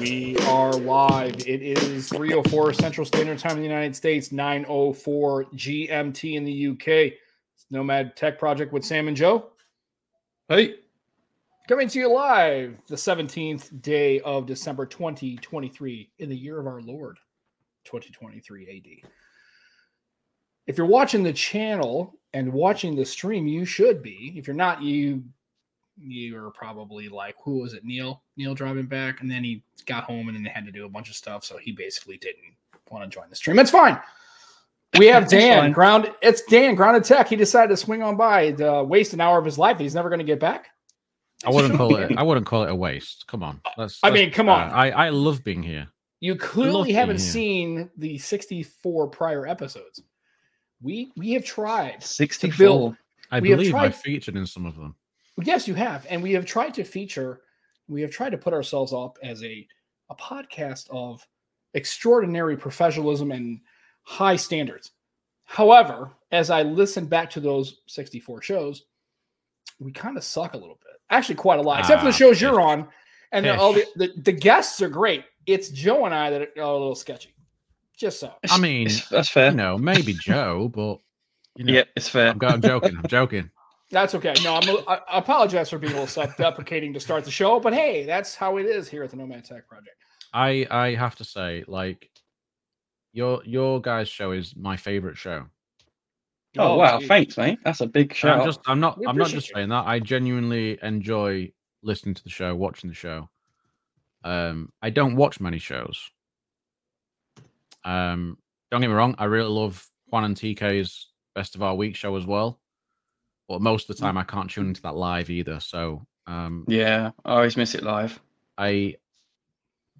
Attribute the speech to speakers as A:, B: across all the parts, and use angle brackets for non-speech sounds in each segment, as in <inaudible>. A: We are live. It is 304 Central Standard Time in the United States, 904 GMT in the UK. It's Nomad Tech Project with Sam and Joe.
B: Hey,
A: Coming to you live the 17th day of December 2023 in the year of our Lord 2023 AD. If you're watching the channel and watching the stream, you should be. If you're not, you you were probably like, who was it? Neil? Neil driving back, and then he got home and then they had to do a bunch of stuff, so he basically didn't want to join the stream. That's fine. We have
B: That's
A: Dan
B: fine.
A: ground. It's Dan grounded tech. He decided to swing on by, to waste an hour of his life. that He's never going to get back.
C: I wouldn't call it. I wouldn't call it a waste. Come on. Let's,
A: I
C: let's-
A: mean, come on.
C: uh, I I love being here.
A: <laughs> You clearly
C: being
A: haven't
C: here.
A: seen the 64 prior episodes. We we have tried.
B: 64.
C: I
A: We have
C: believe I
A: tried-
C: featured in some of them.
A: Yes, you have, and we have tried to feature. We have tried to put ourselves up as a a podcast of extraordinary professionalism and high standards. However, as I listen back to those 64 shows, we kind of suck a little bit. Actually, quite a lot, except for the
C: Ah,
A: shows you're
C: pish.
A: on, and the, all the,
C: Pish.
A: the the guests are great. It's Joe and I that are a little sketchy. Just so.
C: I mean,
B: It's- that's fair.
C: you know, maybe Joe, but you know,
B: Yeah, it's fair.
C: I'm, go- I'm joking. I'm joking.
A: That's okay. No, I'm, I I apologize for being a little self-deprecating to start the show, but hey, that's how it is here at the Nomad Tech Project.
C: I I have to say, like, your your guys' show is my favorite show.
B: Oh, wow,
A: geez.
B: thanks, mate. That's a big
C: And
B: shout.
C: I'm just. I'm not.
A: We
C: I'm not
A: appreciate
C: just
A: you.
C: saying that. I genuinely enjoy listening to the show, watching the show. Um, I don't watch many shows. Um, don't get me wrong. I really love Juan and TK's Best of Our Week show as well. But most of the time, I can't tune into that live either. So, um,
B: Yeah, I always miss it live.
C: I,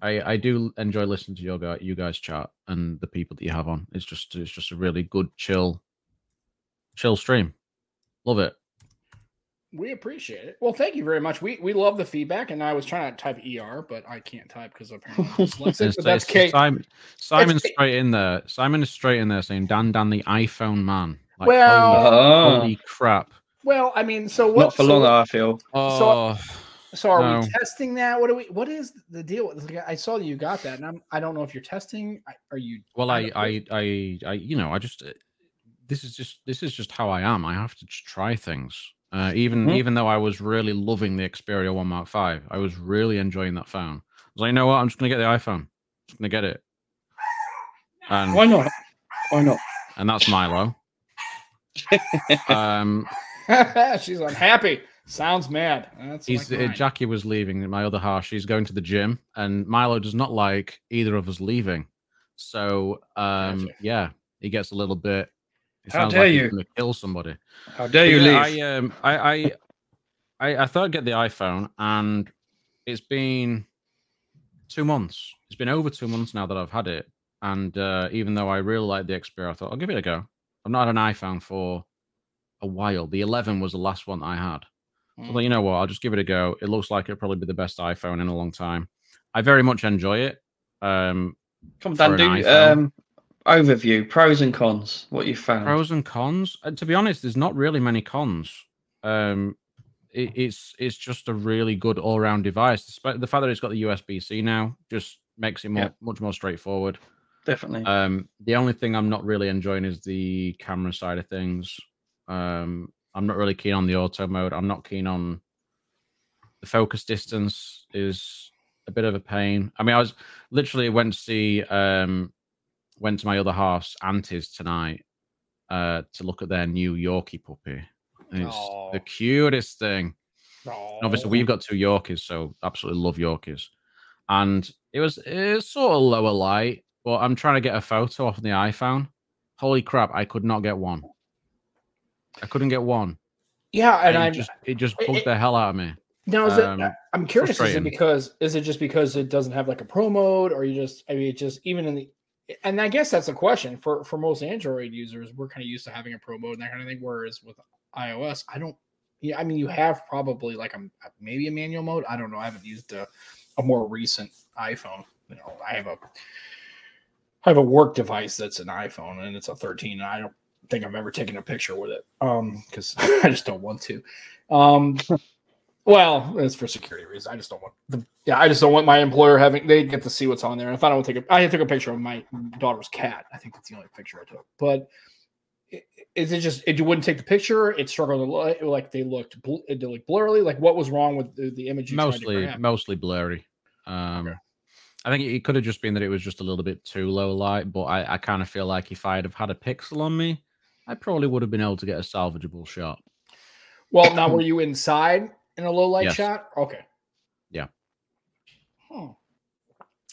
C: I, I do enjoy listening to your guy, you guys chat and the people that you have on. It's just, it's just a really good chill, chill stream. Love it.
A: We appreciate it. Well, thank you very much. We we love the feedback, and I was trying to type ER, but I can't type because
C: <laughs>
A: apparently I'm dyslexic.
C: It's-
A: but that's
C: it's-
A: Kate.
C: Simon, Simon's
A: Kate.
C: straight in there. Simon is straight in there saying, "Dan, Dan, the iPhone man." Like,
A: Well-
C: holy,
B: Oh,
C: holy crap!
A: Well, I mean, so what?
B: not for
A: so,
B: long, I feel.
C: Oh,
A: So are we
C: No.
A: testing that? What do we? What is the deal? with- Like, I saw that you got that, and I'm I don't know if you're testing. I- Are you? <laughs>
C: well,
A: I
C: I,
A: don't-
C: I, I, I, you know, I just uh, this is just this is just how I am. I have to just try things. Uh, even
B: Mhm.
C: even though I was really loving the Xperia One Mark Five, I was really enjoying that phone. I was like, you know what? I'm just gonna get the iPhone. just gonna get it. And
B: Why not? Why not?
C: and that's Milo. um,
A: She's unhappy. Sounds mad. That's
C: He's,
A: like
C: uh,
A: mine.
C: Jackie was leaving. My other half, she's going to the gym, and Milo does not like either of us leaving. So, um,
A: Gotcha.
C: yeah, he gets a little bit. It
B: How
C: sounds
B: dare
C: like he's
B: you.
C: gonna kill somebody.
B: How dare
C: But
B: you
C: yeah,
B: leave?
C: I, um, I, I, I, I thought I'd get the iPhone, and it's been two months. It's been over two months now that I've had it, and uh, even though I really like the Xperia, I thought I'll give it a go. I've not had an iPhone for a while. The 11 was the last one I had. So I
B: Hmm.
C: thought, you know what? I'll just give it a go. It looks like it'll probably be the best iPhone in a long time. I very much enjoy it. Um,
B: Come
C: for
B: on,
C: an
B: Dan, do
C: iPhone.
B: um, overview, pros and cons, what you found.
C: pros and cons. Uh, to be honest, there's not really many cons. Um, it, it's it's just a really good all round device. Despite the fact that it's got the USB C now, just makes it more
B: Yeah.
C: much more straightforward.
B: Definitely.
C: Um, the only thing I'm not really enjoying is the camera side of things. Um, I'm not really keen on the auto mode. I'm not keen on the focus distance is a bit of a pain. I mean, I was literally went to see um went to my other half's aunties tonight uh to look at their new Yorkie puppy. And it's
A: Aw.
C: the cutest thing.
A: Aw.
C: And obviously we've got two Yorkies, so absolutely love Yorkies. And it was it's sort of lower light, but I'm trying to get a photo off the iPhone. Holy crap, I could not get one. I couldn't get one.
A: yeah, and
C: it
A: I'm
C: just it just
A: it-
C: bugged the hell out of me.
A: now is
C: um,
A: it, I'm curious is it
C: frustrating.
A: because is it just because it doesn't have like a pro mode or you just I mean it just even in the and I guess that's the question for for most Android users we're kind of used to having a pro mode and that kind of thing whereas with iOS I don't yeah I mean you have probably like a maybe a manual mode I don't know I haven't used a, a more recent iPhone you know I have a I have a work device that's an iPhone and it's a 13 and I don't <laughs> think I've ever taken a picture with it um <laughs> because I just don't want to um Well, it's for security reasons. I just don't want the yeah. I just don't want my employer having they get to see what's on there. And if I don't take a, I took a picture of my daughter's cat. I think that's the only picture I took. But i- is it just it, you wouldn't take the picture? It struggled to look like they looked bl- it did look blurry. Like what was wrong with the, the image? You tried to
C: mostly
A: grab?
C: mostly blurry. Um, I think it could have just been that it was just a little bit too low light, but I, I kind of feel like if I'd have had a pixel on me, I probably would have been able to get a salvageable shot. <coughs>
A: Well, now were you inside in a low light
C: Yes.
A: shot? Okay.
C: Yeah.
A: Hmm.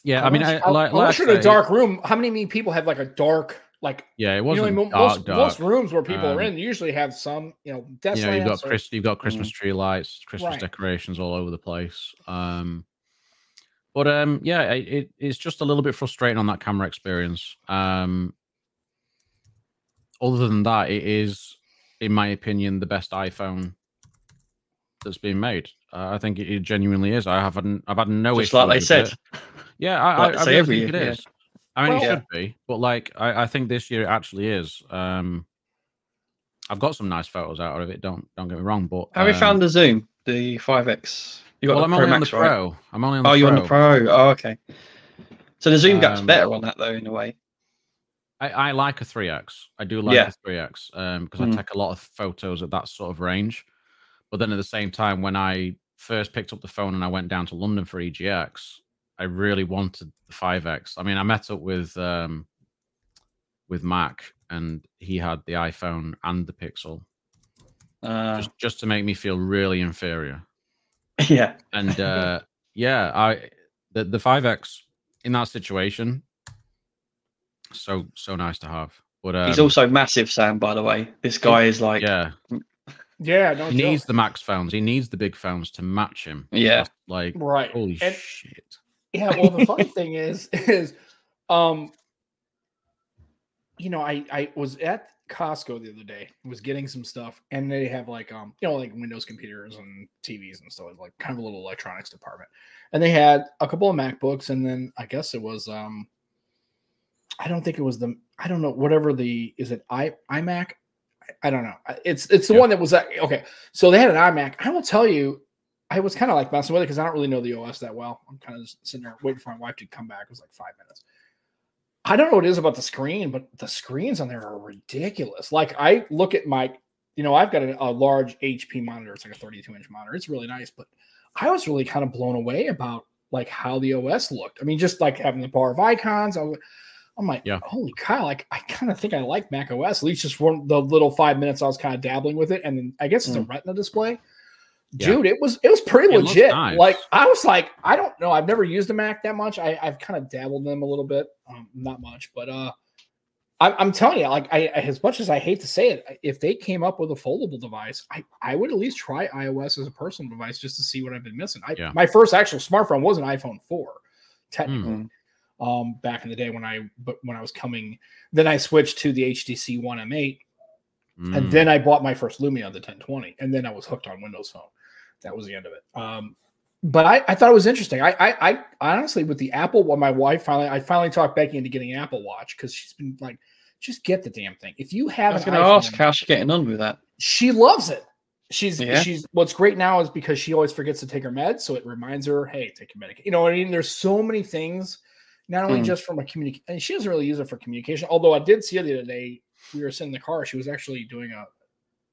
C: Yeah, I mean, I,
A: Unless-
C: like, like I
A: unless you're in a
C: say,
A: dark room, how many me- people have like a dark like?
C: Yeah, it
A: You know,
C: wasn't
A: mo-
C: dark.
A: most,
C: dark.
A: most rooms where people
C: Um,
A: are in usually have some, you know, desk
C: you know, you've got
A: lamps or-
C: Chris, you've got Christmas
B: Mm.
C: tree lights, Christmas
A: Right.
C: decorations all over the place. Um, but um, yeah, it, it, it's just a little bit frustrating on that camera experience. Um, other than that, it is, in my opinion, the best iPhone that's been made. Uh, I think it, it genuinely is. I haven't, I've had no
B: Just
C: issue
B: like they
C: with
B: said.
C: it. Yeah, I,
B: Like
C: I,
B: they say
C: I really
B: every
C: think it
B: year, yeah.
C: is. I mean, it
A: Well-
C: should be, but like, I, I think this year it actually is. Um, I've got some nice photos out of it. Don't don't get me wrong, but
B: Have you
C: um,
B: found the Zoom, the 5X? You got
C: well,
B: the
C: I'm
B: Pro
C: only on the
B: Max, right?
C: pro. I'm only on the
B: Oh,
C: pro.
B: you're on the Pro. Oh, okay. So the Zoom gap's
C: Um,
B: better on that, though, in a way.
C: I, I like a three X. I do like
B: Yeah.
C: a three X um, because
B: Mm.
C: I take a lot of photos at that sort of range. But then at the same time, when I first picked up the phone and I went down to London for EGX, I really wanted the five X. I mean, I met up with um, with Mac and he had the iPhone and the Pixel
B: Uh,
C: just just to make me feel really inferior.
B: <laughs> yeah. <laughs>
C: and uh yeah i the the 5x in that situation so so nice to have but um,
B: He's also massive, Sam, by the way. This guy is like, yeah.
C: yeah
A: Yeah, no
C: he
A: joke.
C: needs the max phones he needs the big phones to match him
B: Yeah.
C: That's like
A: right.
C: holy
A: And-
C: shit
A: Yeah, well, the funny thing is, is, um, you know, I I was at Costco the other day, was getting some stuff, and they have like um, you know, like Windows computers and TVs and stuff, like kind of a little electronics department, and they had a couple of MacBooks, and then I guess it was um, I don't think it was the I don't know whatever the is it i iMac. I- I don't know. I- It's it's the
C: Yeah.
A: one that was like okay. So they had an iMac. I will tell you, I was kind of like messing with it because I don't really know the OS that well. I'm kind of just sitting there waiting for my wife to come back. It was like five minutes. I don't know what it is about the screen, but the screens on there are ridiculous. Like I look at my, you know, I've got a, a large HP monitor. It's like a 32 inch monitor. It's really nice, but I was really kind of blown away about like how the OS looked. I mean, just like having the bar of icons. I, wa- I'm like,
C: Yeah.
A: holy cow! Like I kind of think I like Mac OS at least just for the little five minutes I was kind of dabbling with it, and then I guess it's a Retina display
C: Mm. Yeah.
A: dude it was it was pretty
C: It looks
A: legit
C: nice.
A: like i was like i don't know i've never used a mac that much I, i've kind of dabbled in them a little bit um, not much but uh I, i'm telling you like I, I- as much as i hate to say it I- if they came up with a foldable device i i would at least try ios as a personal device just to see what i've been missing I,
C: Yeah. Hmm.
A: my first actual smartphone was an iphone 4 technically
B: Mm.
A: um back in the day when i but when i was coming then i switched to the hdc 1m8 and
C: Mm.
A: then I bought my first Lumia, the 1020, and then I was hooked on Windows Phone. That was the end of it. Um, but I, I thought it was interesting. I, I, I honestly, with the Apple, when my wife finally, I finally talked Becky into getting an Apple Watch because she's been like, just get the damn thing. If you
B: I
A: have,
B: was
A: an
B: going to ask
A: iPhone-
B: how's she getting on with that.
A: she loves it. She's
B: Yeah.
A: she's what's great now is because she always forgets to take her meds, so it reminds her, hey, take your medication. You know what I mean? There's so many things, not only
B: Mm.
A: just from a communication, and she doesn't really use it for communication. Although I did see her the other day, we were sitting in the car, she was actually doing a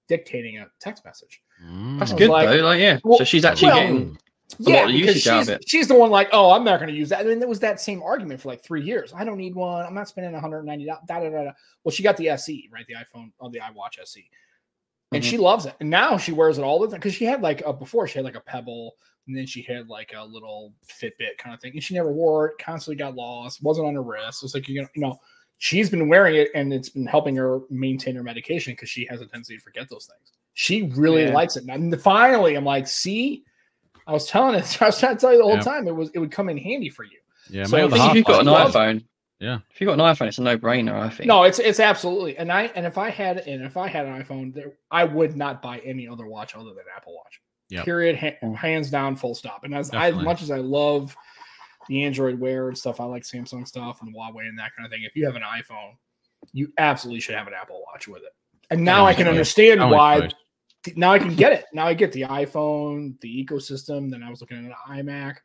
A: dictating a text message.
C: Mm.
B: That's
A: was
B: good,
A: like-
B: though. Hmm. Like, yeah.
A: Well-
B: so she's actually
A: well-
B: getting. a
A: yeah,
B: lot of
A: because
B: usage out of
A: she's,
B: it.
A: she's the one like, oh, I'm not going to use that. I mean, it was that same argument for like three years. I don't need one. I'm not spending 190. Da, da, da, da. Well, she got the SE, right? The iPhone or the iWatch SE, and
B: Mhm.
A: she loves it. And now she wears it all the time because she had like a, before she had like a Pebble, and then she had like a little Fitbit kind of thing, and she never wore it. Constantly got lost. Wasn't on her wrist. It was like you know, you know, she's been wearing it, and it's been helping her maintain her medication because she has a tendency to forget those things. She really
B: Yeah.
A: likes it. And finally, I'm like, see, I was telling it. <laughs> I was trying to tell you the whole
C: Yeah.
A: time it was it would come in handy for you.
C: Hmm. yeah
A: so
C: my
A: I
C: other
A: think
B: if
C: half
B: you've got an
A: half-life
C: likes it.
A: is-
B: iPhone,
C: Yeah.
B: if you've got an iPhone, it's a no-brainer. I think.
A: No, it's it's absolutely. And I and if I had and if I had an iPhone, there, I would not buy any other watch other than Apple Watch.
C: Yep.
A: Period. Ha- hands down. Full stop. And as, I, as
C: Definitely.
A: much as I love the Android Wear and stuff, I like Samsung stuff and Huawei and that kind of thing. If you have an iPhone, you absolutely should have an Apple Watch with it. And now I can
C: Definitely.
A: understand
C: Only
A: why
C: choice.
A: th- now I can get it. Now I get the iPhone, the ecosystem. Then I was looking at an iMac.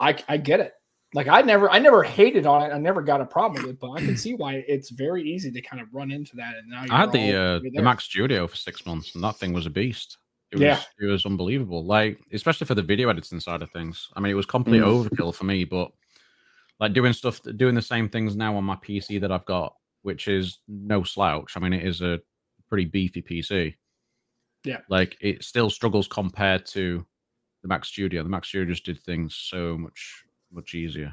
A: I I get it. Like I never I never hated on it. I never got a problem with it, but I can see why it's very easy to kind of run into that. And now you're
C: I had the
A: all-
C: uh,
A: you're
C: the
A: there.
C: Mac Studio for six months, and that thing was a beast. It was,
A: Yeah.
C: it was unbelievable. Like especially for the video editing side of things. I mean, it was complete
A: Mm.
C: overkill for me, but like doing stuff, doing the same things now on my PC that I've got, which is no slouch. I mean, it is a pretty beefy PC.
A: Yeah.
C: like it still struggles compared to the Mac Studio. The Mac Studio just did things so much much easier.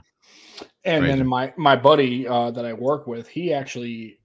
A: And
C: Crazy.
A: then my my buddy uh, that I work with, he actually,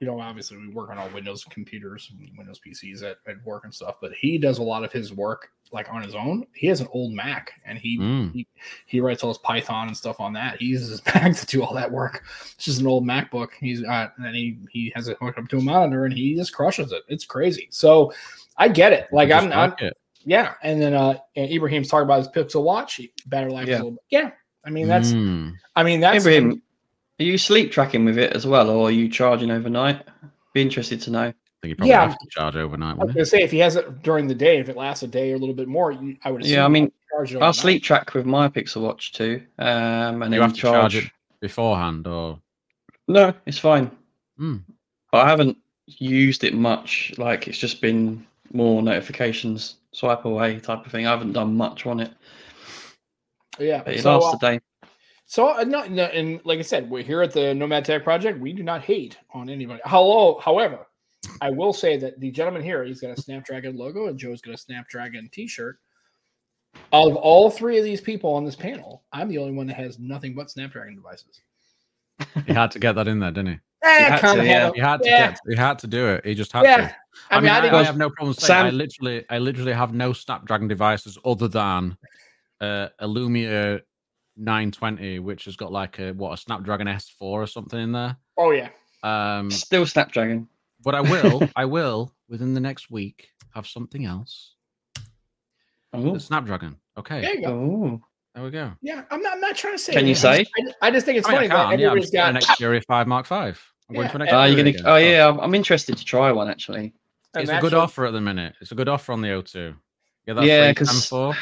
A: you know, obviously we work on all Windows computers, and Windows PCs at, at work and stuff, but he does a lot of his work like on his own. He has an old Mac, and he
C: Mm.
A: he writes all his Python and stuff on that. He uses his <laughs> Mac to do all that work. It's just an old MacBook. He's got, and then he he has it hooked up to a monitor, and he just crushes it. It's crazy. So I get it. Like
C: I
A: I'm,
C: just
A: I'm
C: like it.
A: yeah. And then uh, and Ibrahim's talking about his Pixel Watch, battery life.
B: Yeah.
A: Yeah. A little bit. yeah. I mean that's
C: Mm.
A: I mean that's
B: Ibrahim, are you sleep tracking with it as well, or are you charging overnight? Be interested to know.
C: I think you probably
A: Yeah.
C: have to charge overnight.
A: I was
C: Wouldn't it?
A: gonna say if he has it during the day, if it lasts a day or a little bit more, you, I would. Assume
B: Yeah, I mean,
A: you charge it
B: I'll
A: overnight.
B: sleep track with my Pixel Watch too, um, and
C: You
B: then
C: have to charge
B: charge.
C: it beforehand, or
B: No, it's fine.
C: Hmm.
B: But I haven't used it much. Like it's just been more notifications, swipe away type of thing. I haven't done much on it.
A: Yeah.
B: But it
A: So,
B: lasts
A: uh,
B: a day.
A: so uh, no, no, and like I said, we're here at the Nomad Tech Project. We do not hate on anybody. Hello, however, I will say that the gentleman here, he's got a Snapdragon logo, and Joe's got a Snapdragon T-shirt. Of all three of these people on this panel, I'm the only one that has nothing but Snapdragon devices.
C: he had to get that in there, didn't he?
A: Eh,
B: had
A: kinda
B: to, yeah.
A: had a-
C: He had to
A: Yeah.
C: get, he had to do it. He just had
A: Yeah.
C: to.
A: I mean, I,
C: I,
A: didn't,
C: I
B: Well,
C: have no problem saying I
B: Sam-
C: literally, I literally have no Snapdragon devices other than uh, a Lumia 920, which has got like a what a Snapdragon S4 or something in there.
A: oh yeah,
C: Um,
B: Still Snapdragon.
C: but
A: <laughs>
C: I will, I will within the next week have something else.
B: Oh.
C: The Snapdragon. Okay,
A: there you go.
B: Oh.
C: there we go.
A: Yeah, I'm not. I'm not trying to say.
B: Can you
A: anything. I
B: say?
A: just- I just, I just think it's
C: I mean, I
A: funny that
C: can't, Oh yeah, I'm
A: everybody's
C: just getting
A: got.
C: an Xperia 5 Mark 5. I'm going
A: Yeah,
C: to an
A: and-
B: Ah,
C: Xperia
B: you're gonna.
C: again.
B: Oh yeah, I'm, I'm interested to try one actually.
A: an
C: It's a good
A: actual-
C: offer at the minute. It's a good offer on the O2. Get that
B: Yeah,
C: free
B: 'cause
C: cam for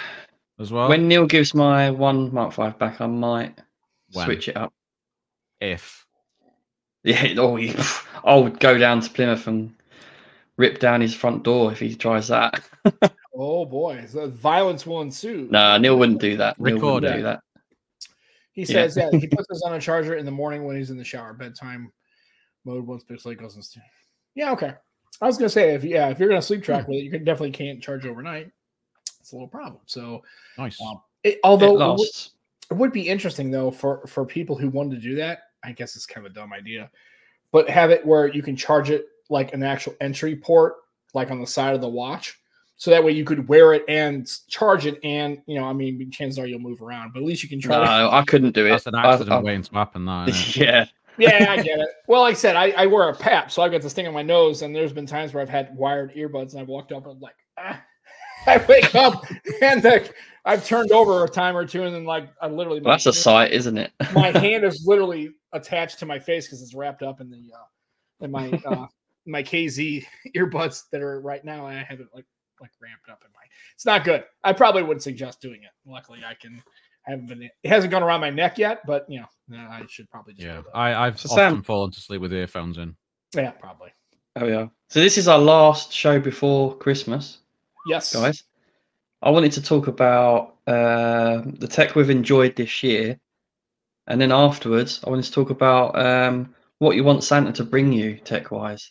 C: as well.
B: When Neil gives my one Mark Five back, I might
C: When?
B: switch it up. <laughs>
C: if
B: Yeah, oh, <laughs> he, I would go down to Plymouth and rip down his front door if he tries that. <laughs>
A: Oh boy, so violence will ensue.
B: nah, Neil wouldn't do that. Neil
C: Record
B: wouldn't
A: it.
B: do that.
A: He
B: Yeah.
A: says yeah. he puts this on a charger in the morning when he's in the shower. Bedtime mode once Pixel goes in. st- Yeah, okay. I was gonna say if yeah, if you're gonna sleep
B: Hmm.
A: track with it, you can definitely can't charge overnight. It's a little problem. So
C: nice.
A: um, it, although
B: it
A: it would,
B: lasts.
A: it would be interesting though for for people who wanted to do that. I guess it's kind of a dumb idea, but have it where you can charge it like an actual entry port, like on the side of the watch. So that way you could wear it and s- charge it, and you know, I mean, chances are you'll move around, but at least you can charge. it.
B: No, I couldn't do it.
C: That's an
B: I- <laughs>
C: accident
B: I-
C: waiting to happen.
B: <laughs>
C: That isn't it?
B: yeah,
A: yeah, I get it. Well, like I said, I, I wear a pap, so I've got this thing on my nose, and there's been times where I've had wired earbuds, and I've walked up and I'm like, ah. <laughs> I wake up and like I've turned over a time or two, and then like I literally
B: well, that's a
A: hand-
B: sight, isn't it? <laughs>
A: my hand is literally attached to my face because it's wrapped up in the uh, in my uh, my KZ earbuds that are right now, and I have it like like ramped up in my. It's not good. I probably would suggest doing it. Luckily, I can. I haven't been. It hasn't gone around my neck yet, but you know, I should probably just.
C: Yeah,
A: do that.
C: I, I've
B: So
C: often
B: Sam-
C: fallen to sleep with earphones in.
A: yeah, probably.
B: oh yeah. So this is our last show before Christmas,
A: Yes,
B: guys. I wanted to talk about uh, the tech we've enjoyed this year, and then afterwards, I wanted to talk about um, what you want Santa to bring you tech-wise.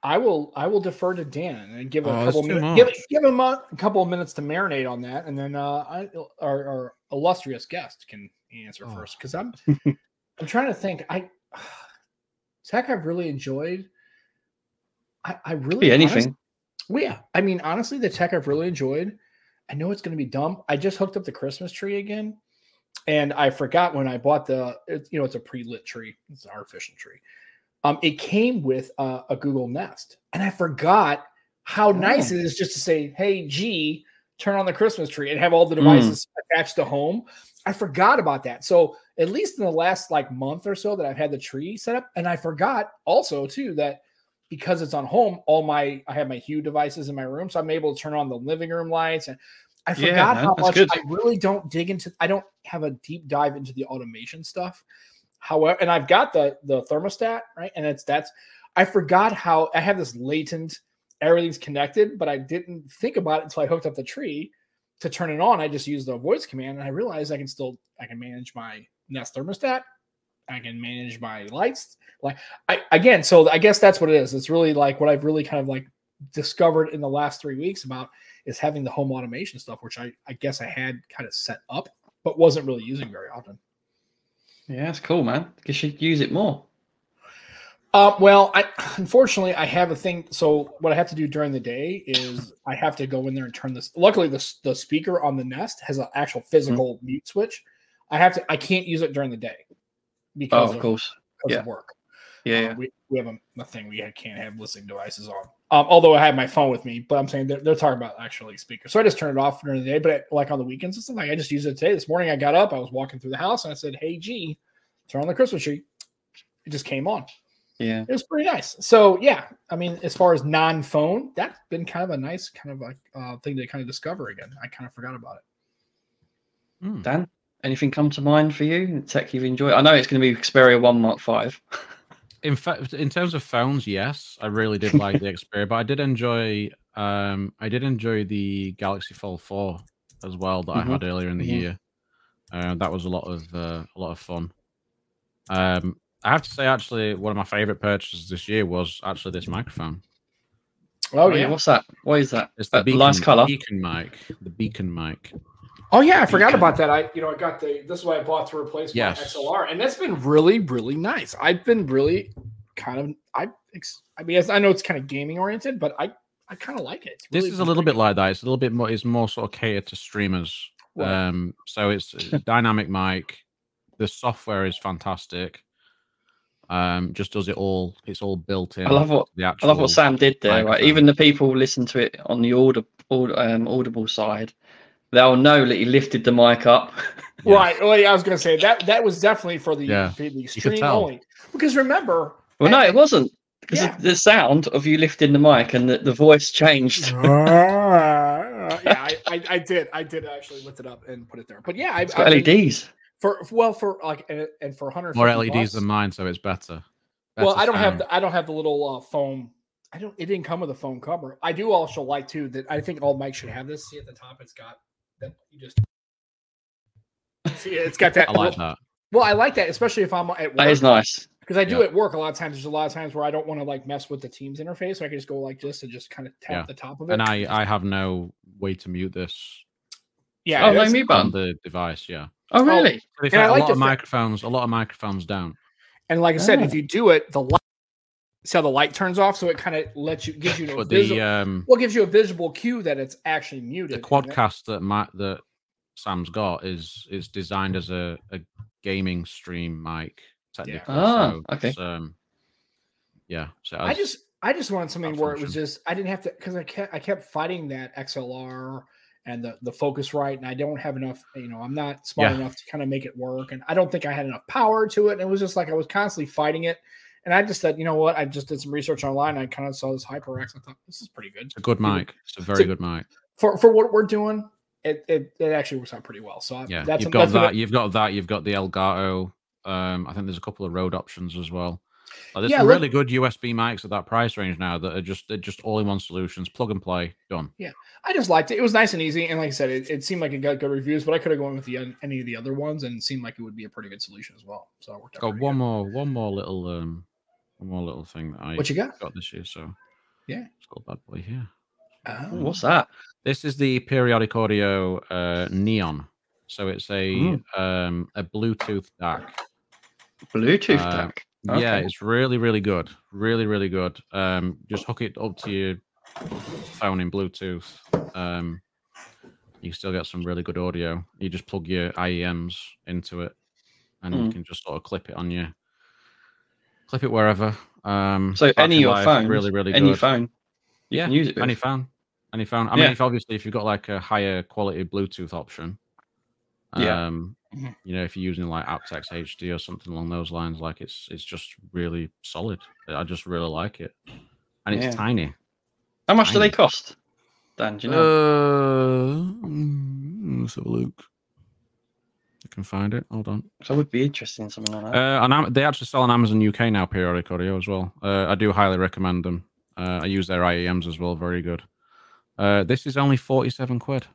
A: I will. I will defer to Dan and give a
C: Oh, that's
A: couple
C: too
A: minutes.
C: much.
A: Give, give him a, a couple of minutes to marinate on that, and then uh, I, our, our illustrious guest can answer
C: Oh.
A: first because I'm. <laughs> I'm trying to think. I <sighs> tech I've really enjoyed. I, I really
B: Be
A: honest-
B: anything.
A: well, yeah, I mean, honestly, the tech I've really enjoyed. I know it's going to be dumb. I just hooked up the Christmas tree again, and I forgot when I bought the. It's you know, it's a pre-lit tree. It's an artificial tree. Um, it came with uh, a Google Nest, and I forgot how nice it is just to say, "Hey, G, turn on the Christmas tree," and have all the devices attached to home. I forgot about that. So at least in the last like month or so that I've had the tree set up, and I forgot also too that because it's on home, all my I have my Hue devices in my room, so I'm able to turn on the living room lights. And I
B: Yeah,
A: forgot
B: man,
A: how
B: that's
A: much
B: good.
A: I really don't dig into. I don't have a deep dive into the automation stuff. However, and I've got the the thermostat right, and it's that's I forgot how I have this latent everything's connected, but I didn't think about it until I hooked up the tree to turn it on. I just used the voice command, and I realized I can still I can manage my Nest thermostat. I can manage my lights. Like I again, so I guess that's what it is. It's really like what I've really kind of like discovered in the last three weeks about is having the home automation stuff, which I I guess I had kind of set up, but wasn't really using very often.
B: Yeah, that's cool, man. You should use it more.
A: Uh, well, I <sighs> unfortunately I have a thing. So what I have to do during the day is I have to go in there and turn this. Luckily, the s- the speaker on the Nest has an actual
B: Mm-hmm.
A: physical mute switch. I have to. I can't use it during the day
B: Oh,
A: because
B: of
A: of,
B: course.
A: because
B: yeah.
A: of work.
B: Yeah,
A: Uh,
B: yeah.
A: we, we have a, a thing we ha- can't have listening devices on. Um, although I have my phone with me, but I'm saying they're, they're talking about actually speakers. So I just turn it off during the day, but like on the weekends and stuff, like I just use it today. This morning I got up, I was walking through the house, and I said, "Hey, G, turn on the Christmas tree." It just came on.
B: yeah.
A: It was pretty nice. So yeah, I mean, as far as non-phone, that's been kind of a nice kind of like uh, thing to kind of discover again. I kind of forgot about it.
C: Hmm.
B: Dan, anything come to mind for you? Tech you've enjoyed? I know it's going to be Xperia One Mark Five.
C: in fact, in terms of phones, yes, I really
B: <laughs>
C: did like the Xperia, but I did enjoy, um, I did enjoy the Galaxy Fold Four as well that I had earlier in the
B: Mhm.
C: year. Uh, that was a lot of uh, a lot of fun. Um, I have to say, actually, one of my favorite purchases this year was actually
B: Mm-hmm.
C: this microphone.
A: Oh yeah,
B: what's that? What is that?
C: It's
B: Uh,
C: the beacon,
B: nice colour.
C: beacon mic, the beacon mic.
A: oh yeah, I forgot
B: Beacon.
A: about that. I you know I got the this is what I bought to replace
C: Yes.
A: my XLR, and that's been really really nice. I've been really kind of I ex- I mean I know it's kind of gaming oriented, but I I kind of like it. It's
C: This
A: really
C: is a little bit like that. It's a little bit more. It's more sort of catered to streamers.
A: Right. <laughs>
C: Um, so it's a dynamic mic. The software is fantastic. Um, just does it all. It's all built in.
B: I love what
C: the
B: I
C: actual.
B: love what Sam did there. Right,
C: microphone.
B: even the people who listen to it on the audi- aud- um, audible side, they'll know that he lifted the mic up. <laughs>
C: Yeah.
A: Right. Well, yeah, I was going to say that that was definitely for the,
C: Yeah.
A: for the
C: could
A: stream
C: tell.
A: only because remember.
B: well, no, it wasn't because
A: Yeah.
B: the, the sound of you lifting the mic and the, the voice changed.
A: yeah, I, I, I did. I did actually lift it up and put it there. But yeah, I,
B: <laughs> It's got
A: I mean,
B: LEDs.
A: for well for like and, and for 100
C: E more LEDs than mine, so it's better.
A: well
C: Better
A: i don't have
C: sound.
A: the i don't have the little uh, foam i don't it didn't come with a foam cover i do also like too that i think all mics should have this see at the top it's got that you just see it's got
C: <laughs>
A: that
C: I like
A: well,
C: that.
A: i like that especially if i'm at
B: That
A: work
B: is nice.
A: because i do
C: yeah.
A: at work a lot of times there's a lot of times where i don't want to like mess with the teams interface so i can just go like this and just kind of tap
C: Yeah.
A: the top of it
C: And I, I have no way to mute this
A: yeah
B: Oh,
A: it
B: no
A: is.
B: mute
C: on
B: button.
C: the device. Yeah.
B: Oh, really?
C: But if
A: And I
C: a
A: like
C: lot
A: the
C: of
A: fa-
C: microphones, a lot of microphones down.
A: and like i said if
B: Ah.
A: you do it the light so the light turns off so it kind of lets you
C: <laughs>
A: gives you a
C: But
A: visual,
C: the um,
A: well it gives you a visible cue that it's actually muted
C: the
A: and that-
C: quadcast that Matt that Sam's got is is designed as a, a gaming stream mic technically.
B: Ah,
C: so
B: okay.
C: it's, um, yeah. So
A: I just I just wanted something
C: that
A: where it was
C: function.
A: just I didn't have to because I kept I kept fighting that XLR and the the focus right and I don't have enough you know I'm not smart
C: Yeah.
A: enough to kind of make it work and I don't think I had enough power to it and it was just like I was constantly fighting it and I just said you know what I just did some research online and I kind of saw this HyperX I thought this is pretty good
C: it's a good
A: people-
C: mic. It's a very
A: to-
C: good mic.
A: for for what we're doing it it, it actually works out pretty well so I,
C: Yeah,
A: uh, that's
C: you've got
A: that's
C: that. You've got that. You've got the Elgato. Um, I think there's a couple of Rode options as well. Like, there's
A: Yeah,
C: some
A: look-
C: really good USB mics at that price range now that are just they're just all-in-one solutions, plug and play, done.
A: I just liked it. It was nice and easy, and like I said, it, it seemed like it got good reviews. But I could have gone with the any of the other ones, and it seemed like it would be a pretty good solution as well. So I worked out.
C: Got
A: pretty
C: one
A: good.
C: more, one more little, um, one more little thing that I
A: What you got?
C: got this year. So
A: Yeah.
C: it's got a bad boy here.
A: Oh.
B: Ooh, What's that?
C: This is the periodic audio uh, neon. So it's a
B: Hmm.
C: um, a Bluetooth DAC.
B: Bluetooth
C: Uh,
B: DAC.
C: Yeah,
B: Okay.
C: it's really really good, really really good. Um, just hook it up to your phone in Bluetooth. Um, you still get some really good audio. You just plug your IEMs into it, and you
B: Mm.
C: can just sort of clip it on your clip it wherever. Um,
B: So any
C: battery
B: of your
C: life,
B: phones,
C: really really
B: Any
C: good.
B: phone. you
C: Yeah,
B: can use it with.
C: any phone, any phone. I
B: Yeah.
C: mean, if obviously if you've got like a higher quality Bluetooth option,
B: Yeah.
C: um,
A: Mhm.
C: you know, if you're using like aptX HD or something along those lines, like it's it's just really solid. I just really like it. and it's
B: Yeah.
C: tiny.
B: How much do
C: Tiny.
B: they cost? Dan, do you know?
C: Uh, mm, let's have a look. I can find it. Hold on.
B: 'Cause I would be interested in something like that.
C: Uh, and Am- they actually sell on Amazon UK now, periodic audio as well. Uh, I do highly recommend them. Uh, I use their IEMs as well. Very good. Uh, this is only 47 quid.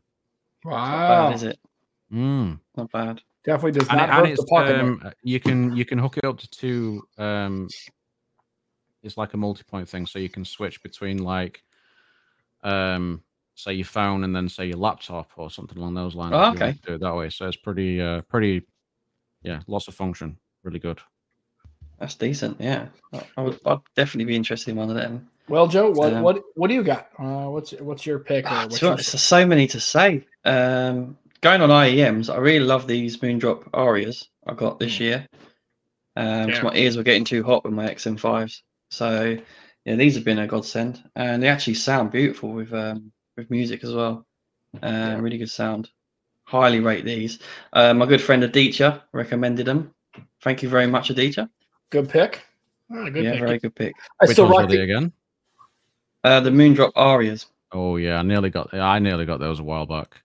B: Not bad,
A: Wow.
B: is it?
C: Mm.
B: Not bad.
A: Definitely does
C: And,
A: not
C: it- and
A: hurt the
C: it's,
A: pocket.
C: um, you can you can hook it up to two. Um, it's like a multi-point thing, so you can switch between like, um, say your phone and then say your laptop or something along those lines.
B: Oh,
C: if you want
B: okay.
C: to do it that way. So it's pretty, uh, pretty, yeah, lots of function. Really good.
B: That's decent. Yeah, I- I would. I'd definitely be interested in one of them.
A: well, Joe, what,
B: um,
A: what what do you got? Uh, what's what's your pick? Or
B: Ah,
A: what's
B: to be honest, there's so many to say. Um, going on IEMs, I really love these Moondrop Arias I got this year. Um, 'cause
A: Hmm. Yeah.
B: my ears were getting too hot with my XM5s, so yeah, these have been a godsend, and they actually sound beautiful with um, with music as well. Um,
A: Yeah.
B: Really good sound. Highly rate these. Uh, my good friend Aditya recommended them. Thank you very much, Aditya.
A: good pick. Ah, good
B: yeah,
A: pick.
B: very good pick.
A: I still
C: ones
A: rock
C: were they
A: the,
C: again?
B: Uh, the Moondrop Arias.
C: Oh yeah, I nearly got. I nearly got those a while back.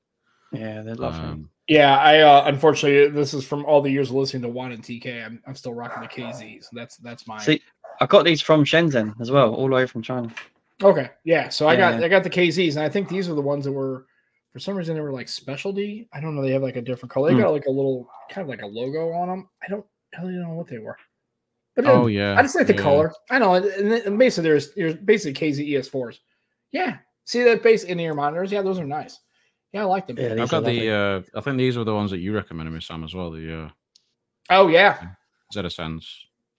B: Yeah, they're lovely.
C: Um,
A: Yeah, I uh, unfortunately this is from all the years of listening to Juan and TK. I'm, I'm still rocking the KZs. That's that's my
B: See, I got these from Shenzhen as well, all the way from China.
A: Okay, yeah. So I got
B: Yeah.
A: I got the KZs, and I think these are the ones that were for some reason they were like specialty. I don't know. They have like a different color. They
B: Hmm.
A: got like a little kind of like a logo on them. I don't I don't know what they were. But
C: oh
A: yeah,
C: yeah,
A: I just like the
C: yeah.
A: color. I know. And, and- and basically, there's there's basically KZ ES4s. Yeah. See that base in ear monitors? Yeah, those are nice. Yeah, I like them.
B: Yeah,
C: I've
B: these
C: got
B: are lovely.
C: the. Uh, I think these were the ones that you recommended me, Sam, as well. The uh,
A: Oh yeah,
C: ZSNs.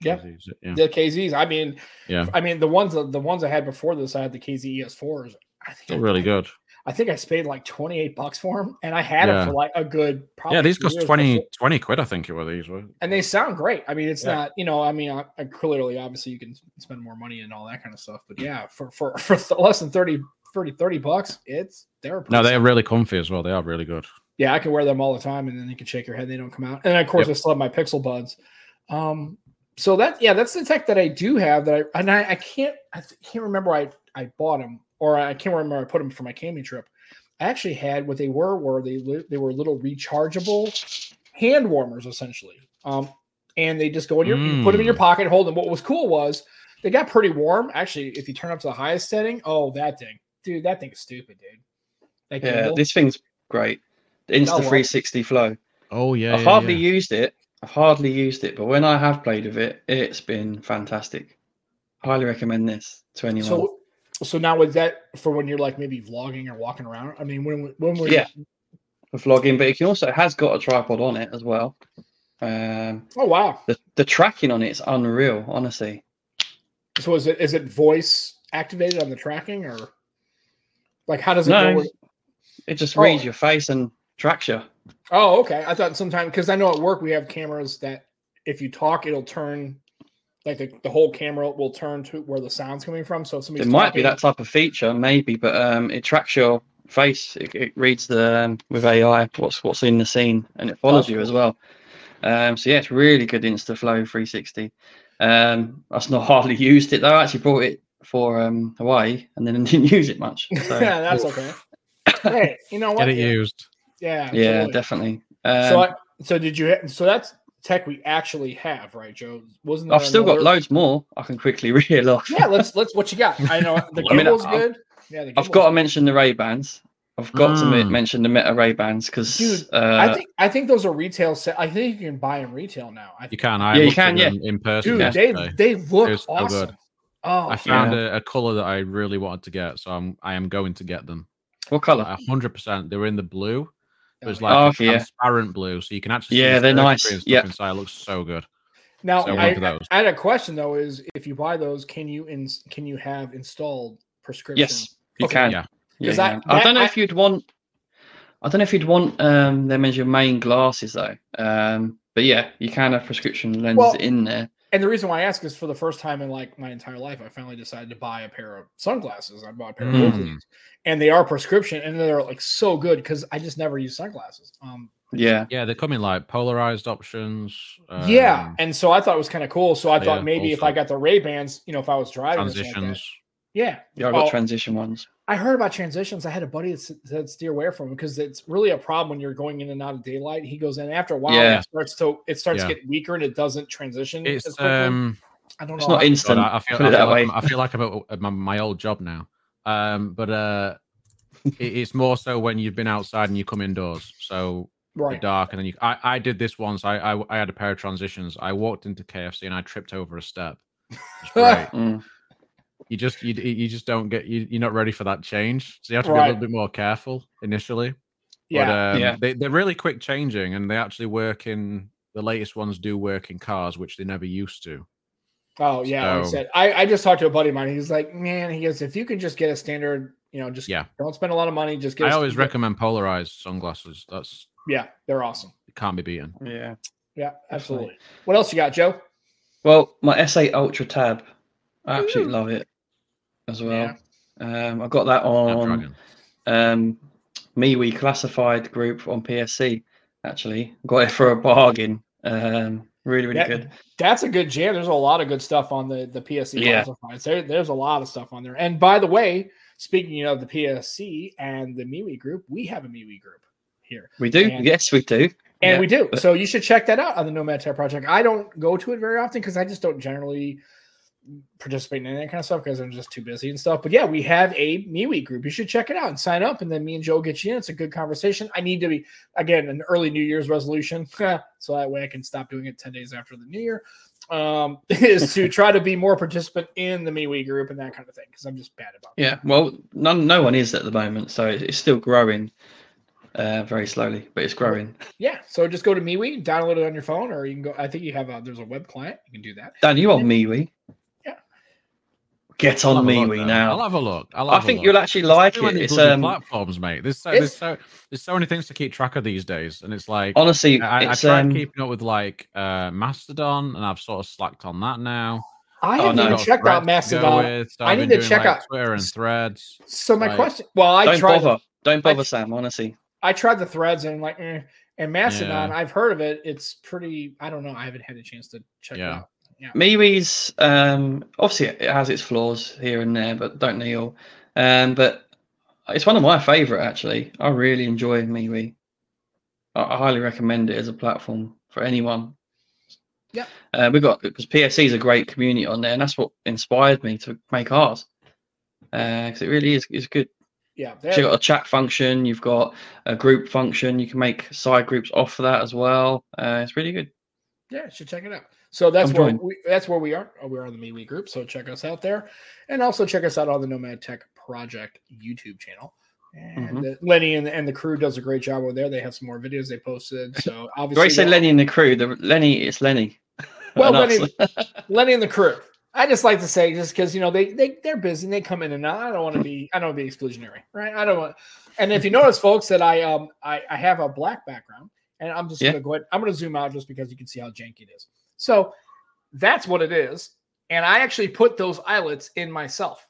A: Yeah.
C: Is it- yeah.
A: the KZs. I mean,
C: Yeah.
A: I mean the ones that- the ones I had before this, I had the KZ ES4s. I think
C: They're
A: I-
C: really good.
A: I think I paid like 28 bucks for them and I had
C: Yeah.
A: them for like a good probably
C: yeah, these
A: two
C: cost
A: years
C: 20,
A: before.
C: 20 quid, I think it were these were.
A: and they sound great. I mean, it's
C: Yeah.
A: not, you know, I mean, I, I clearly obviously you can spend more money and all that kind of stuff, but yeah, for for, <laughs> for th- less than 30 30 30 bucks, it's they're
C: No, they
A: pretty-
C: are really comfy as well. They are really good.
A: Yeah, I can wear them all the time, and then you can shake your head; they don't come out. And of course, I still have my Pixel Buds. Um, so that yeah, that's the tech that I do have that I and I, I can't I th- can't remember I I bought them or I can't remember I put them for my camping trip. I actually had what they were were they li- they were little rechargeable hand warmers essentially, um, and they just go in your you put them in your
C: Mm.
A: pocket, hold them. What was cool was they got pretty warm. Actually, if you turn up to the highest setting, oh that thing, dude, that thing's stupid, dude. That
B: Yeah,
A: Kindle.
B: this thing's great. The Insta
A: well.
B: 360 Flow.
C: Oh yeah.
B: I hardly used it. I hardly used it, but when I have played with it, it's been fantastic. Highly recommend this to anyone.
A: So, so now with that for when you're like maybe vlogging or walking around. I mean, when when were
B: Yeah. for vlogging, but it can also it has got a tripod on it as well. Um,
A: Oh wow.
B: the the tracking on it's unreal, honestly.
A: So is it is it voice activated on the tracking or like how does it?
B: No.
A: Know where-
B: It just
A: Oh.
B: reads your face and tracks you.
A: oh, okay. I thought sometimes because I know at work we have cameras that if you talk, it'll turn like the, the whole camera will turn to where the sound's coming from. So if
B: It
A: somebody's
B: might be
A: talking-
B: that type of feature, maybe, but um, it tracks your face. It, it reads the um, with AI what's what's in the scene, and it follows
A: that's
B: you as
A: cool.
B: well. Um, so yeah, it's really good InstaFlow 360. Um, that's not <laughs> hardly used it though. I actually brought it for um, Hawaii, and then <laughs> didn't use
A: <laughs>
B: it much. So,
A: yeah, that's okay. hey, you know what?
C: Get it used.
A: Yeah,
B: yeah,
A: absolutely.
B: definitely. Um,
A: so I, so did you? ha- So that's tech we actually have, right, Joe? Wasn't
B: I've
A: there
B: still got
A: another-
B: loads more. I can quickly <laughs> reel off.
A: uh, yeah, let's let's what you
C: <laughs>
A: got. I know the
B: I mean,
A: Gimble's
B: I've-
A: good. Yeah, the
B: I've
A: Gimble's
B: got to
A: good.
B: mention the Ray Bans. I've got to me-
C: Mm.
B: mention the Meta Ray Bans because
A: Dude, I
B: uh,
A: think I think those are retail. Se- I think you can buy them retail now. I
C: You
A: think,
C: can. I
B: Yeah, you
C: looked at
B: can, yeah.
C: them in person.
A: dude,
C: yesterday.
A: they they
C: They're
A: look
C: so good.
A: awesome. Oh,
C: I found a, a color that I really wanted to get, so I'm I am going to get them.
B: what color?
C: hundred percent. They were in the blue. It was
A: yeah.
C: like
B: Oh,
C: a
B: okay, yeah.
C: transparent blue, so you can actually
B: Yeah,
C: the
B: they're
C: circuitry
B: nice.
C: and stuff
B: Yeah.
C: inside. It looks so good.
A: now
C: so
A: I,
C: I want those.
A: I had a question though: is if you buy those, can you in, can you have installed prescription?
B: Yes, you
A: Okay.
B: can.
C: Yeah.
B: Yeah,
A: 'Cause
B: you
A: I-
B: can. I,
A: that-
B: don't know
A: I-
B: if you'd want. I don't know if you'd want um, them as your main glasses though. Um, but yeah, you can have prescription lenses
A: Well-
B: in there.
A: And the reason why I ask is for the first time in like my entire life, I finally decided to buy a pair of sunglasses. I bought a pair
C: Hmm.
A: of
B: Mm.
A: Oakleys, and they are prescription, and they're like so good because I just never use sunglasses. Um,
B: Yeah,
C: Yeah, they come in like polarized options.
A: yeah,
C: um,
A: and so I thought it was kind of cool. So I
C: yeah,
A: thought maybe if I
C: also.
A: got the Ray Bans, you know, if I was driving or something like that-
C: transitions.
A: Yeah,
B: Yeah, I've got
A: Oh.
B: transition ones.
A: I heard about transitions. I had a buddy that s- said steer away from them because it's really a problem when you're going in and out of daylight. He goes in after a while,
B: Yeah.
A: it starts to it starts
C: Yeah.
A: to get weaker and it doesn't transition. as
C: It's
A: quickly.
C: um.
A: I don't know.
B: It's not
A: I-
C: God,
B: instant.
C: I, I
B: Um,
C: feel,
B: put
C: I
B: it
C: feel
B: that
C: like,
B: way.
C: I'm- I feel like I'm at- at my, my old job now. Um,
B: <laughs>
C: but uh, it, it's more so when you've been outside and you come indoors. So you're
A: right.
C: dark, and then you. I, I did this once. I, I I had a pair of transitions. I walked into KFC and I tripped over a step.
B: <laughs>
C: It's great.
B: Mm.
C: you just you you just don't get you, you're not ready for that change. So you have to be a
A: Right.
C: little bit more careful initially. But,
A: Yeah.
C: um,
B: Yeah.
C: They, they're really quick changing, and they actually work in the latest ones do work in cars, which they never used to.
A: oh yeah. Like I
C: so-
A: said, I, I just talked to a buddy of mine. He's like, man, he goes, if you could just get a standard, you know, just
C: Yeah.
A: don't spend a lot of money. Just get.
C: I
A: a
C: always
A: standard-
C: recommend polarized sunglasses. That's
A: Yeah, they're awesome.
C: it can't be beaten.
B: Yeah.
A: Yeah, absolutely.
B: Definitely.
A: What else you got, Joe?
B: Well, my S8 Ultra Tab, I absolutely love it as well. Um, I got that on
C: Snapdragon.
B: um, MeWe classified group on PSC. Actually, got it for a bargain. Um, really, really
A: Yeah.
B: good.
A: That's a good jam. There's a lot of good stuff on the the PSC
B: Yeah.
A: classifieds. There, there's a lot of stuff on there. And by the way, speaking of the PSC and the MeWe group, we have a MeWe group here,
B: We do.
A: And-
B: yes, we do.
A: and
B: Yeah.
A: we do. So you should check that out on the Nomad Tech Project. I don't go to it very often because I just don't generally participate in any of that kind of stuff because I'm just too busy and stuff. But yeah, we have a MeWe group. You should check it out and sign up, and then me and Joe will get you in. It's a good conversation. I need to be again an early New Year's resolution, <laughs> so that way I can stop doing it ten days after the New Year. Um, <laughs> is to try to be more participant in the MeWe group and that kind of thing because I'm just bad about it.
B: Yeah. Well, none, no one is at the moment, so it- it's still growing uh, very slowly, but it's growing.
A: Yeah, so just go to MeWe, download it on your phone, or you can go. I think you have a there's a web client you can do that.
B: Dan, you on MeWe?
A: Yeah.
B: Get
C: I'll
B: on
C: have a look,
B: MeWe
C: though. I'll
B: now.
C: have a look. I'll
B: I
C: have a
B: think
C: look.
B: you'll actually
C: There's
B: like
C: too
B: it.
C: many
B: It's
C: bloody
B: um,
C: platforms, mate. There's so,
A: it's-
C: there's so there's so many things to keep track of these days, and it's like
B: honestly,
C: I, I
B: it's
C: tried
B: um,
C: keeping up with like uh Mastodon, and I've sort of slacked on that now.
A: I
B: Oh,
A: haven't
B: no.
A: even
C: Got
A: checked out
C: Threads to go
A: Mastodon.
C: with, so
A: I
C: I've
A: need
C: been
A: to
C: doing,
A: check
C: like,
A: out-
C: Twitter and Threads.
A: So my
C: Like-
A: question, well, I
B: don't
A: tried,
B: bother. Don't
A: I-
B: bother, Sam. Honestly,
A: I tried the threads and I'm like, eh. and Mastodon, I've heard of it. It's pretty. I don't know. I haven't had a chance to check it
C: Yeah.
A: out.
B: MeWe's um, obviously it it has its flaws here and there, but don't kneel. Um, but it's one of my favorite actually. I really enjoy MeWe. I, I highly recommend it as a platform for anyone.
A: Yeah.
B: uh, we got because PSC is a great community on there, and that's what inspired me to make ours. Because it really is is good.
A: Yeah,
B: So
A: there-
B: you've got a chat function, you've got a group function. You can make side groups off of that as well. Uh, it's really good.
A: yeah, you should check it out. So that's
B: I'm
A: where
B: joined.
A: we, that's where we are. Oh, We're on the MeWe group, so check us out there, and also check us out on the Nomad Tech Project YouTube channel. And uh,
B: Mm-hmm.
A: Lenny and, and the crew does a great job over there. They have some more videos they posted. So
B: Do I
A: obviously,
B: say
A: they're-
B: Lenny and the crew? The Lenny, it's Lenny.
A: <laughs>
B: <laughs>
A: Well,
B: And us.
A: Lenny- Lenny and the crew. I just like to say just because you know they they they're busy and they come in and out. I don't want to be I don't want to be exclusionary, right? I don't want. And if you notice, folks, that I um I, I have a black background, and I'm just
B: Yeah.
A: gonna go ahead. I'm gonna zoom out just because you can see how janky it is. So that's what it is. And I actually put those eyelets in myself.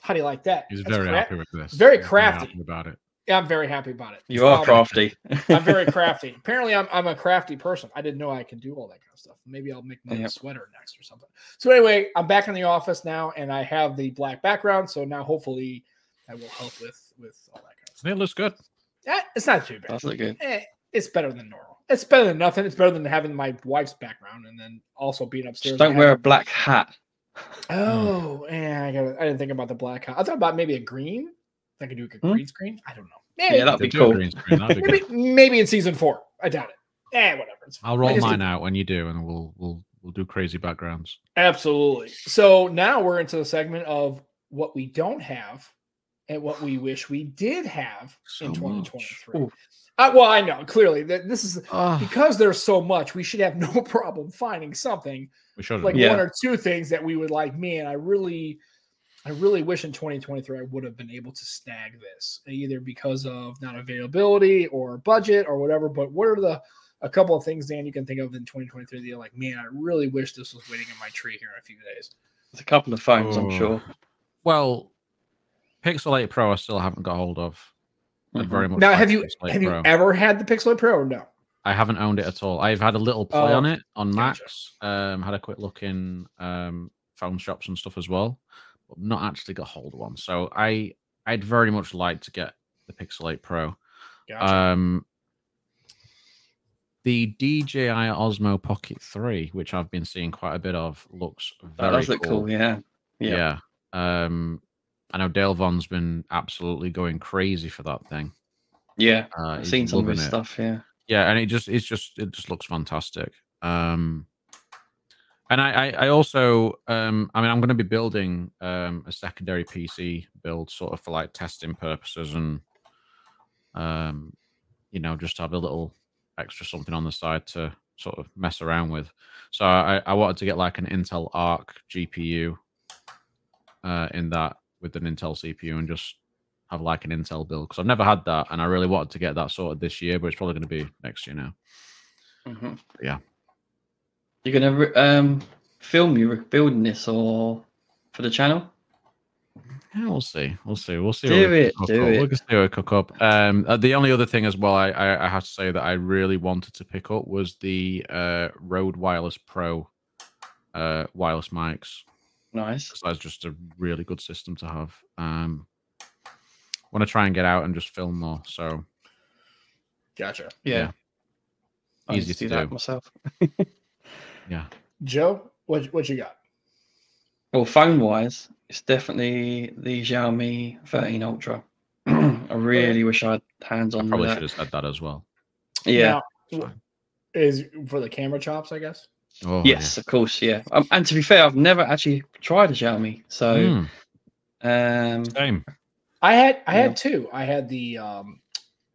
A: How do you like that?
C: He's
A: That's
C: very
A: cra-
C: happy with this.
A: very
C: He's very
A: crafty.
C: happy about it.
A: Yeah, I'm very happy about it.
B: you are
A: Um,
B: crafty.
A: I'm very
B: <laughs>
A: crafty. Apparently, I'm, I'm a crafty person. I didn't know I could do all that kind of stuff. Maybe I'll make my own
B: Yep.
A: sweater next or something. So anyway, I'm back in the office now, and I have the black background. So now, hopefully, I will help with with all that kind of
C: I
A: stuff.
C: think it looks good.
A: Eh, It's not too bad.
B: That's not good.
A: Eh, it's better than normal. It's better than nothing. It's better than having my wife's background and then also being upstairs.
B: Just
A: and
B: don't wear a
A: having-
B: black hat.
A: Oh, yeah. I, gotta, I didn't think about the black. hat. I thought about maybe a green. I could do like a
B: Hmm?
A: green screen. I don't know. Maybe
B: Yeah, that'd
C: They
B: be
C: do a
B: cool.
C: green screen, that'd be good.
A: maybe, maybe in season four. I doubt it. Eh, whatever. It's
C: I'll
A: I
C: roll
A: just
C: mine out when you do, and we'll we'll we'll do crazy backgrounds.
A: Absolutely. So now we're into the segment of what we don't have and what we wish we did have
C: So
A: in
C: much.
A: 2023.
B: Ooh.
A: Uh, well, I know clearly that this is
C: Oh,
A: because there's so much, we should have <laughs> no problem finding something
C: we should
A: like
C: have.
B: Yeah.
A: one or two things that we would like. Man, I really, I really wish in 2023 I would have been able to snag this either because of not availability or budget or whatever. But what are the a couple of things, Dan, you can think of in 2023 that you're like, man, I really wish this was waiting in my tree here in a few days.
B: There's a couple of phones, I'm
C: Oh.
B: sure.
C: Well, Pixel 8 Pro I still haven't got hold of. I'd
B: Mhm.
C: very much
A: Now,
C: like
A: have you
C: Pixel 8
A: have you
C: Pro.
A: ever had the Pixel 8 Pro? Or no.
C: I haven't owned it at all. I've had a little play
A: Oh,
C: on it on
A: gotcha.
C: Macs. Um, had a quick look in um, phone shops and stuff as well. I've not actually got hold of one. So I I'd very much like to get the Pixel 8 Pro.
A: Gotcha.
C: Um, the DJI Osmo Pocket 3, which I've been seeing quite a bit of, looks
B: That
C: very
B: does look cool. Yeah.
C: Yeah. Um, I know Dale Von's been absolutely going crazy for that thing.
B: Yeah.
C: Uh,
B: I've
C: he's
B: seen some of
C: loving
B: his
C: it.
B: stuff. Yeah.
C: Yeah, and it just it's just it just looks fantastic. Um, and I I, I also um, I mean I'm going to be building um, a secondary PC build sort of for like testing purposes and um, you know just have a little extra something on the side to sort of mess around with. So I, I wanted to get like an Intel Arc GPU uh, in that with an Intel CPU and just have like an Intel build because I've never had that and I really wanted to get that sorted this year, but it's probably going to be next year now.
B: hmm
C: Yeah.
B: You're gonna re- um film you re- building this or for the channel?
C: Yeah, we'll see. We'll see. We'll see.
B: Do
C: what we
B: it,
C: cook
B: do
C: up.
B: it.
C: We'll just do a cook up. Um, uh, the only other thing as well, I, I I have to say that I really wanted to pick up was the uh Rode Wireless Pro uh wireless mics.
B: Nice.
C: because that's just a really good system to have. Um, want to try and get out and just film more. So
A: gotcha.
B: Yeah.
C: Yeah.
B: I need
C: Easy
B: to do
C: to
B: that
C: do.
B: myself.
A: Joe, what what you got?
B: Well, phone wise, it's definitely the Xiaomi 13 Ultra. <clears throat> I really wish I had hands
C: I
B: on with
C: probably
B: that.
C: should have said that as well.
B: Yeah.
A: Now,
C: Fine.
A: is for the camera chops, I guess.
C: Oh, yeah.
B: yes, of course. Yeah. Um, and to be fair, I've never actually tried a Xiaomi, so
C: Mm,
B: um,
C: same.
A: I had I
B: Yeah.
A: had two. I had the um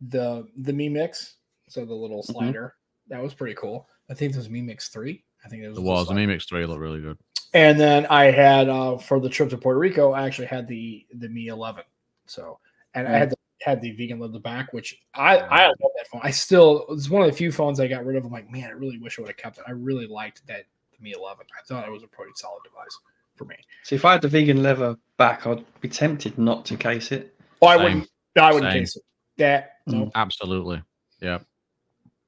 A: the the Mi Mix, so the little
C: Mm-hmm.
A: slider. That was pretty cool. I think it was Mi Mix three. I think it was.
C: It was. The
A: slider.
C: Mi Mix 3 looked really good.
A: And then I had uh for the trip to Puerto Rico, I actually had the the Mi eleven. So and I had
C: Mm.
A: the had the vegan leather back, which I I love that phone. I still it's one of the few phones I got rid of. I'm like, man, I really wish I would have kept it. I really liked that Mi eleven. I thought it was a pretty solid device for me.
B: so if I had the vegan leather back, I'd be tempted not to case it.
A: Oh, I
C: Same.
A: wouldn't. No, I wouldn't
C: Same.
A: case it. That no.
C: Absolutely.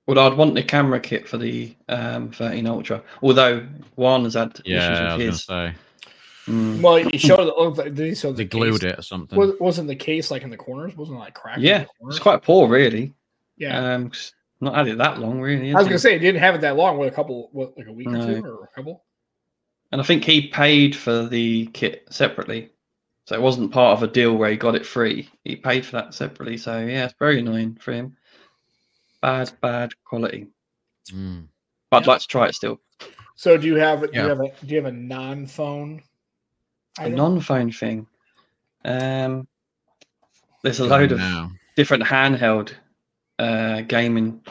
B: Well, I'd want the camera kit for the um, 13 Ultra, although Juan's had
C: Yeah, I was
B: issues with
C: gonna say
B: his. Mm.
A: Well, he showed oh, it. looked like- Did he show
C: they
A: the
C: glued
A: case?
C: it or something.
A: Was, wasn't the case like in the corners? Wasn't it, like cracked? in
B: Yeah,
A: the corners?
B: It's quite poor, really.
A: Yeah,
B: Um, 'cause not had it that long, really.
A: I was
B: has
A: gonna
B: he?
A: say he didn't have it that long. What a couple, what like a week
B: No.
A: or two, or a couple.
B: And I think he paid for the kit separately. So it wasn't part of a deal where he got it free. He paid for that separately. So yeah, it's very annoying for him. Bad, bad quality.
C: Mm.
B: But I'd
A: Yeah.
B: like to try it still.
A: So do you have? Do
C: Yeah.
A: you have a? Do you have a non-phone?
B: A non-phone thing. Um, there's a load of
C: Now.
B: different handheld uh, gaming.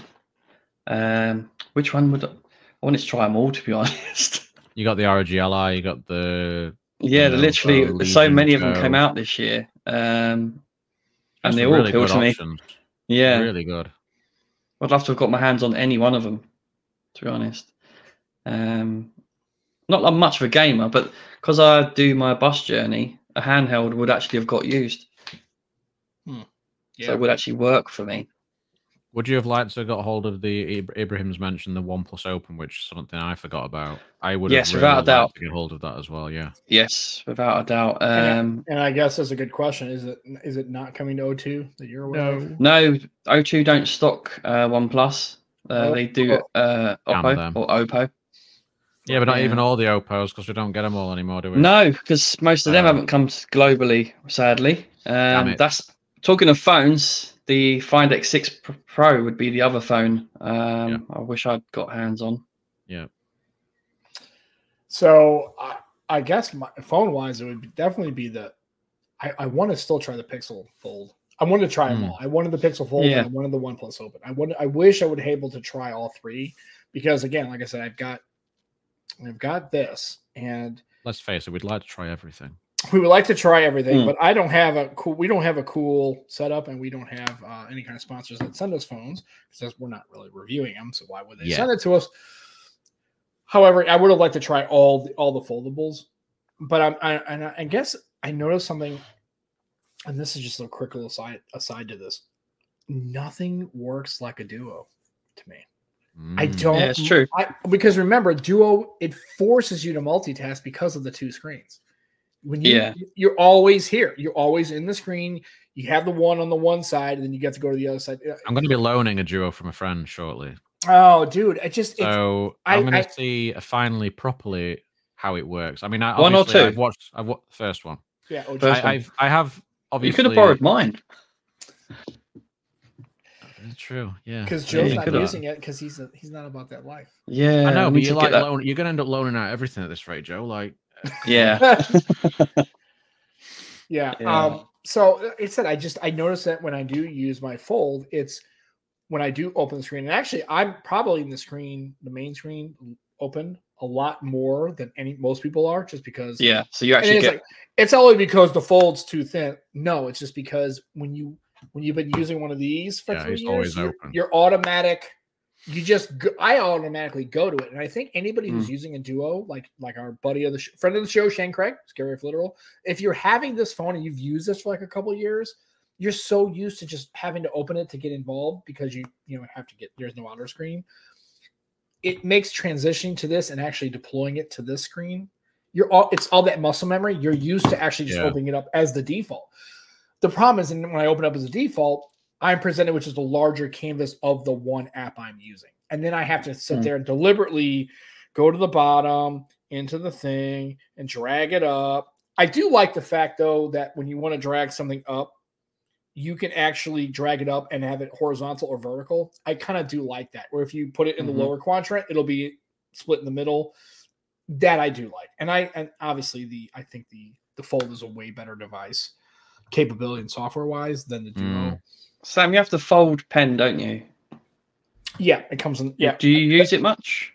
B: Um, which one would I, I want to try them all? To be <laughs> honest.
C: You got the ROG Li, you got the
B: Yeah,
C: Yeah,
B: literally,
C: so
B: there's so
C: Legion
B: many of them came
C: Go.
B: out this year, um,
C: there's
B: and they
C: some
B: all
C: really
B: appeal
C: good
B: to me.
C: options.
B: Yeah,
C: Really good.
B: I'd love to have got my hands on any one of them, to be honest. Um, not that I'm much of a gamer, but because I do my bus journey, a handheld would actually have got used, so
A: Yeah.
B: it would actually work for me.
C: Would you have liked to have got hold of the Ibra- Ibrahim's mentioned the One Plus Open, which is something I forgot about? I would
B: Yes,
C: have
B: without
C: really
B: a
C: liked
B: doubt.
C: to get hold of that as well. Yeah,
B: Yes, without a doubt.
A: Yeah.
B: Um,
A: and I guess that's a good question. Is it? Is it not coming to O2 that you're aware of?
B: no, O2 don't stock uh, OnePlus. Uh,
A: Oh,
B: they do uh,
C: Damn
B: Oppo
C: them.
B: or Oppo.
C: yeah, but not
B: Yeah.
C: even all the Opos because we don't get them all anymore, do we?
B: No, because most of them
C: Uh,
B: haven't come s- globally, sadly. Um,
C: it.
B: that's talking of phones. The Find X6 P- Pro would be the other phone. Um, I wish I'd got hands on.
A: So I, I guess my phone wise, it would definitely be the. I, I want to still try the Pixel Fold. I wanted to try them
C: Hmm.
A: all. I wanted the Pixel Fold.
B: Yeah.
A: And I wanted the OnePlus Open. I wanted, I wish I would have able to try all three because again, like I said, I've got, I've got this, and
C: Let's face it, we'd like to try everything.
A: we would like to try everything,
B: Hmm.
A: but I don't have a cool. We don't have a cool setup, and we don't have uh, any kind of sponsors that send us phones because we're not really reviewing them. So why would they
C: Yeah.
A: send it to us? However, I would have liked to try all the, all the foldables, but I'm, I and I I guess I noticed something, and this is just a quick little aside aside to this. Nothing works like a duo to me. I
C: Mm.
A: don't.
B: Yeah, it's true.
A: I, because remember, Duo it forces you to multitask because of the two screens. When you
B: Yeah.
A: you're always here, you're always in the screen. You have the one on the one side, and then you get to go to the other side.
C: I'm going to be loaning a duo from a friend shortly.
A: Oh, dude, it just it's,
C: So
A: I-
C: I'm going
A: I-
C: to see uh, finally properly how it works. I mean, I,
B: One or
C: obviously,
B: two?
C: I've watched. I've watched the first one.
A: yeah. oh,
B: First
A: just-
C: I,
B: one.
C: I've, I have obviously.
B: You could have borrowed mine.
C: True. Yeah.
A: because
B: Yeah,
A: Joe's
B: you
A: not
B: could've.
A: using it because he's he's not about that life.
B: Yeah,
C: I know,
B: we
C: but
B: need
C: you
B: to get
C: like
B: that-
C: loan, you're going to end up loaning out everything at this rate, Joe. Like,
B: Yeah,
A: <laughs> yeah.
B: Yeah.
A: Um, so uh, it said I just I noticed that when I do use my fold, it's when I do open the screen, and actually I'm probably in the screen, the main screen open a lot more than any most people are, just because
B: yeah. So you
A: And
B: actually
A: it's
B: get
A: like it's only because the fold's too thin. No, it's just because when you when you've been using one of these for
C: Yeah,
A: three
C: it's
A: years,
C: always
A: you're,
C: open.
A: you're automatic. You just go, I automatically go to it, and I think anybody who's
B: Hmm.
A: using a duo like like our buddy of the sh- friend of the show, Shane Craig, Scary if Literal. If you're having this phone and you've used this for like a couple years, you're so used to just having to open it to get involved because you you know have to get there's no outer screen. It makes transitioning to this and actually deploying it to this screen. You're all it's all that muscle memory. You're used to actually just
C: Yeah.
A: opening it up as the default. The problem is, and when I open up as a default, I'm presented with just a larger canvas of the one app I'm using, and then I have to sit
B: Mm.
A: there and deliberately go to the bottom into the thing and drag it up I do like the fact though that when you want to drag something up, you can actually drag it up and have it horizontal or vertical. I kind of do like that. Where if you put it in
B: Mhm.
A: the lower quadrant, it'll be split in the middle. That I do like. And I and obviously the I think the the fold is a way better device capability and software wise than the duo.
C: Mm.
B: Sam. You have to fold pen, don't you?
A: Yeah, it comes in yeah.
B: Do you use it much?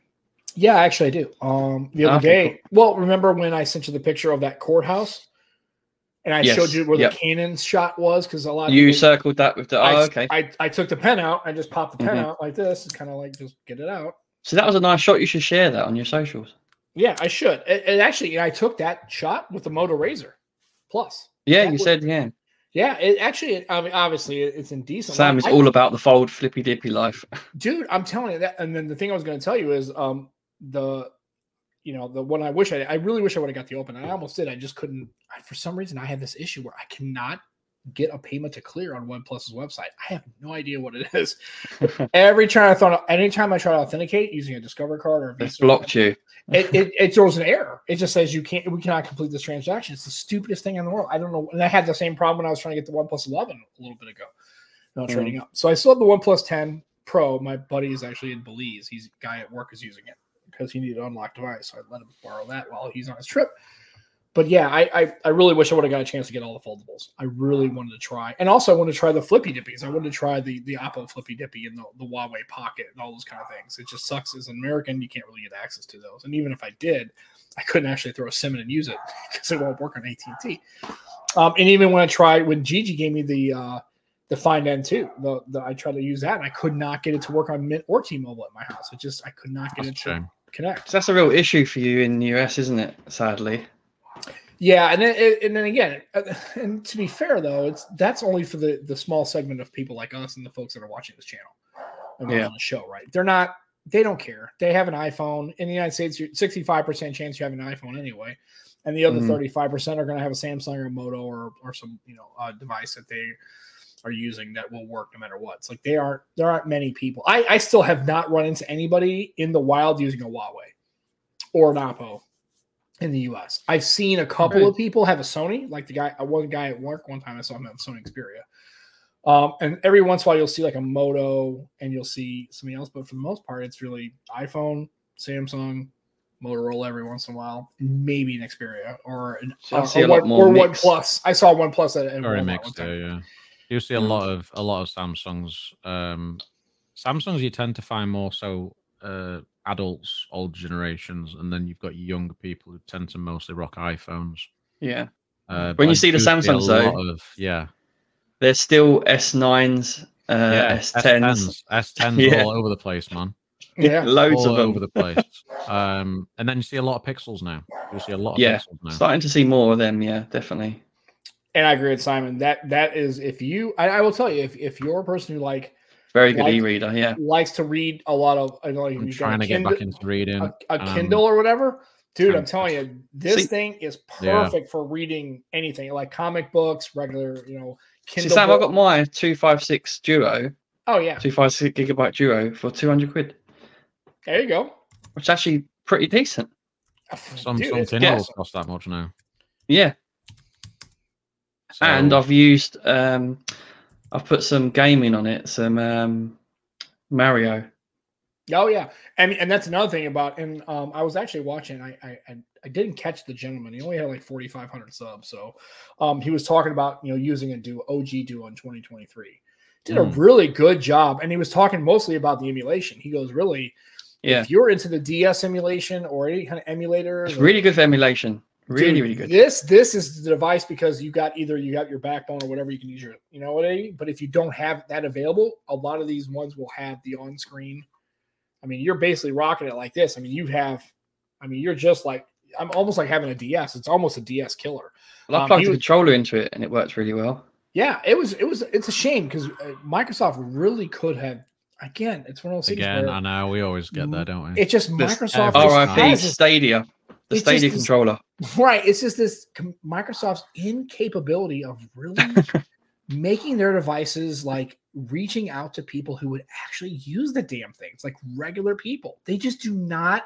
A: Yeah, actually I do. Um the other
B: Ah, Okay,
A: day. Well, remember when I sent you the picture of that courthouse? And I
B: Yes,
A: showed you where
B: yep.
A: the cannon shot was because a lot of
B: You
A: people-
B: circled that with the.
A: I,
B: Oh, okay.
A: I, I took the pen out. I just popped the pen
B: Mhm.
A: out like this. It's kind of like just get it out.
B: So that was a nice shot. You should share that on your socials.
A: Yeah, I should. And, and actually, I took that shot with the Moto Razor Plus.
B: Yeah,
A: That
B: you
A: would-
B: said yeah.
A: Yeah, it actually, I mean, obviously, it- it's indecent.
B: Sam is
A: I-
B: all about the fold, flippy dippy life.
A: dude. I'm telling you that. And then the thing I was going to tell you is, um, the, you know, the one I wish I, I really wish I would have got the open. I almost did. I just couldn't. I, for some reason, I have this issue where I cannot get a payment to clear on OnePlus's website. I have no idea what it
B: <laughs>
A: is. Every time I thought, anytime I try to authenticate using a Discover card or a
B: It's
A: Visa,
B: blocked you.
A: it, it, it throws an error. It just says you can't, we cannot complete this transaction. It's the stupidest thing in the world. I don't know. And I had the same problem when I was trying to get the One 11 a little bit ago, not
B: Mhm.
A: trading up. So I still have the One 10 Pro. My buddy is actually in Belize. He's a guy at work is using it because he needed an unlocked device. So I let him borrow that while he's on his trip. But yeah, I I, I really wish I would have got a chance to get all the foldables. I really wanted to try, and also I wanted to try the flippy dippies. I wanted to try the the Oppo flippy dippy and the, the Huawei Pocket and all those kind of things. It just sucks as an American, you can't really get access to those. And even if I did, I couldn't actually throw a SIM in and use it <laughs> because it won't work on AT and T. Um, and even when I tried, when Gigi gave me the uh, the Find N2, the, the I tried to use that, and I could not get it to work on Mint or T-Mobile at my house. It just I could not get
C: That's a
A: it to
C: shame.
A: connect.
B: 'Cause that's a real issue for you in the US, isn't it? Sadly.
A: Yeah, and then and- and then again, uh, and to be fair though, it's that's only for the the small segment of people like us and the folks that are watching this channel and watching
B: Yeah.
A: the show. Right? They're not. They don't care. They have an iPhone. In the United States, sixty five percent chance you have an iPhone anyway, and the other
B: Mhm.
A: thirty five percent are going to have a Samsung or a Moto or or some you know uh, device that they are using that will work no matter what. It's like they aren't there aren't many people. I I still have not run into anybody in the wild using a Huawei or an Oppo in the U.S. I've seen a couple
B: Right.
A: of people have a Sony, like the guy uh, one guy at work one time I saw him have a Sony Xperia. Um, and every once in a while you'll see like a Moto and you'll see something else, but for the most part it's really iPhone, Samsung, Motorola every once in a while, maybe an Xperia or an
B: So I
A: or-
B: see a
A: or
B: lot
A: one,
B: more
A: or one
B: mixed.
A: plus. I saw one plus at, at Walmart
C: Very
A: one
C: mixed
A: time.
C: there, yeah. You see a
B: Mm.
C: lot of a lot of Samsungs. Um, Samsungs you tend to find more so uh, adults, old generations, and then you've got younger people who tend to mostly rock iPhones.
B: Yeah.
C: Uh,
B: When
C: but
B: you
C: I
B: see the
C: do a
B: Samsungs, though-
C: lot of- yeah,
B: There's still S9s, uh,
C: yeah,
B: S10s, <laughs>
C: S10s
B: Yeah.
C: all over the place, man.
A: Yeah.
B: loads
C: all
B: of them.
C: over the place. <laughs> Um, and then you see a lot of pixels now. You see a lot of
B: Yeah,
C: pixels now.
B: Starting to see more of them. Yeah, definitely.
A: And I agree with Simon. That that is if you I, I will tell you if if you're a person who like
B: Very good
A: Like-
B: e-reader. Yeah.
A: likes to read a lot of I know like
C: I'm
A: you've got a
C: trying to get
A: Kindle-
C: back into reading.
A: a, a
C: um,
A: Kindle or whatever, Dude, I'm
C: Fantastic.
A: telling you, this
B: See-
A: thing is
C: Yeah.
A: perfect for reading anything like comic books, regular, you know,
B: See,
A: Kindle.
B: Sam, I
A: book-
B: got my 256 Duo,
A: oh yeah,
B: 256 gigabyte Duo for 200 quid,
A: there you go. Oh,
B: which is actually pretty decent.
C: Some
A: Dude,
C: some
A: it's
C: Kindles
A: awesome.
C: cost that much now.
B: Yeah. And
C: So-
B: I've used, um, I've put some gaming on it, some um, Mario.
A: Oh yeah, and and that's another thing about. And um, I was actually watching. I I I- I didn't catch the gentleman. He only had like forty five hundred subs. So, um, he was talking about you know using a do OG duo in twenty twenty three. Did a
C: Mm.
A: really good job, and he was talking mostly about the emulation. He goes, really,
B: Yeah.
A: if you're into the DS emulation or any kind of emulator,
B: It's really good for emulation. Really, really good.
A: This this is the device because you got either you got your backbone or whatever you can use your you know what I mean. But if you don't have that available, a lot of these ones will have the on screen. I mean, you're basically rocking it like this. I mean, you have, I mean, you're just like I'm almost like having a DS. It's almost a DS killer.
B: Well, I
A: Um,
B: plugged
A: he
B: a
A: was-
B: controller into it and it worked really well.
A: Yeah, it was it was it's a shame because Microsoft really could have. Again, it's one of those things
C: Again,
A: where
C: I know we always get there, don't we?
A: it's just
B: This-
A: Microsoft.
C: Oh,
A: just
B: RIP
A: has this
B: Stadia, the
A: It's
B: Stadia
A: just this-
B: controller.
A: Right. It's just this com- Microsoft's incapability of really making their devices like reaching out to people who would actually use the damn things, like regular people. They just do not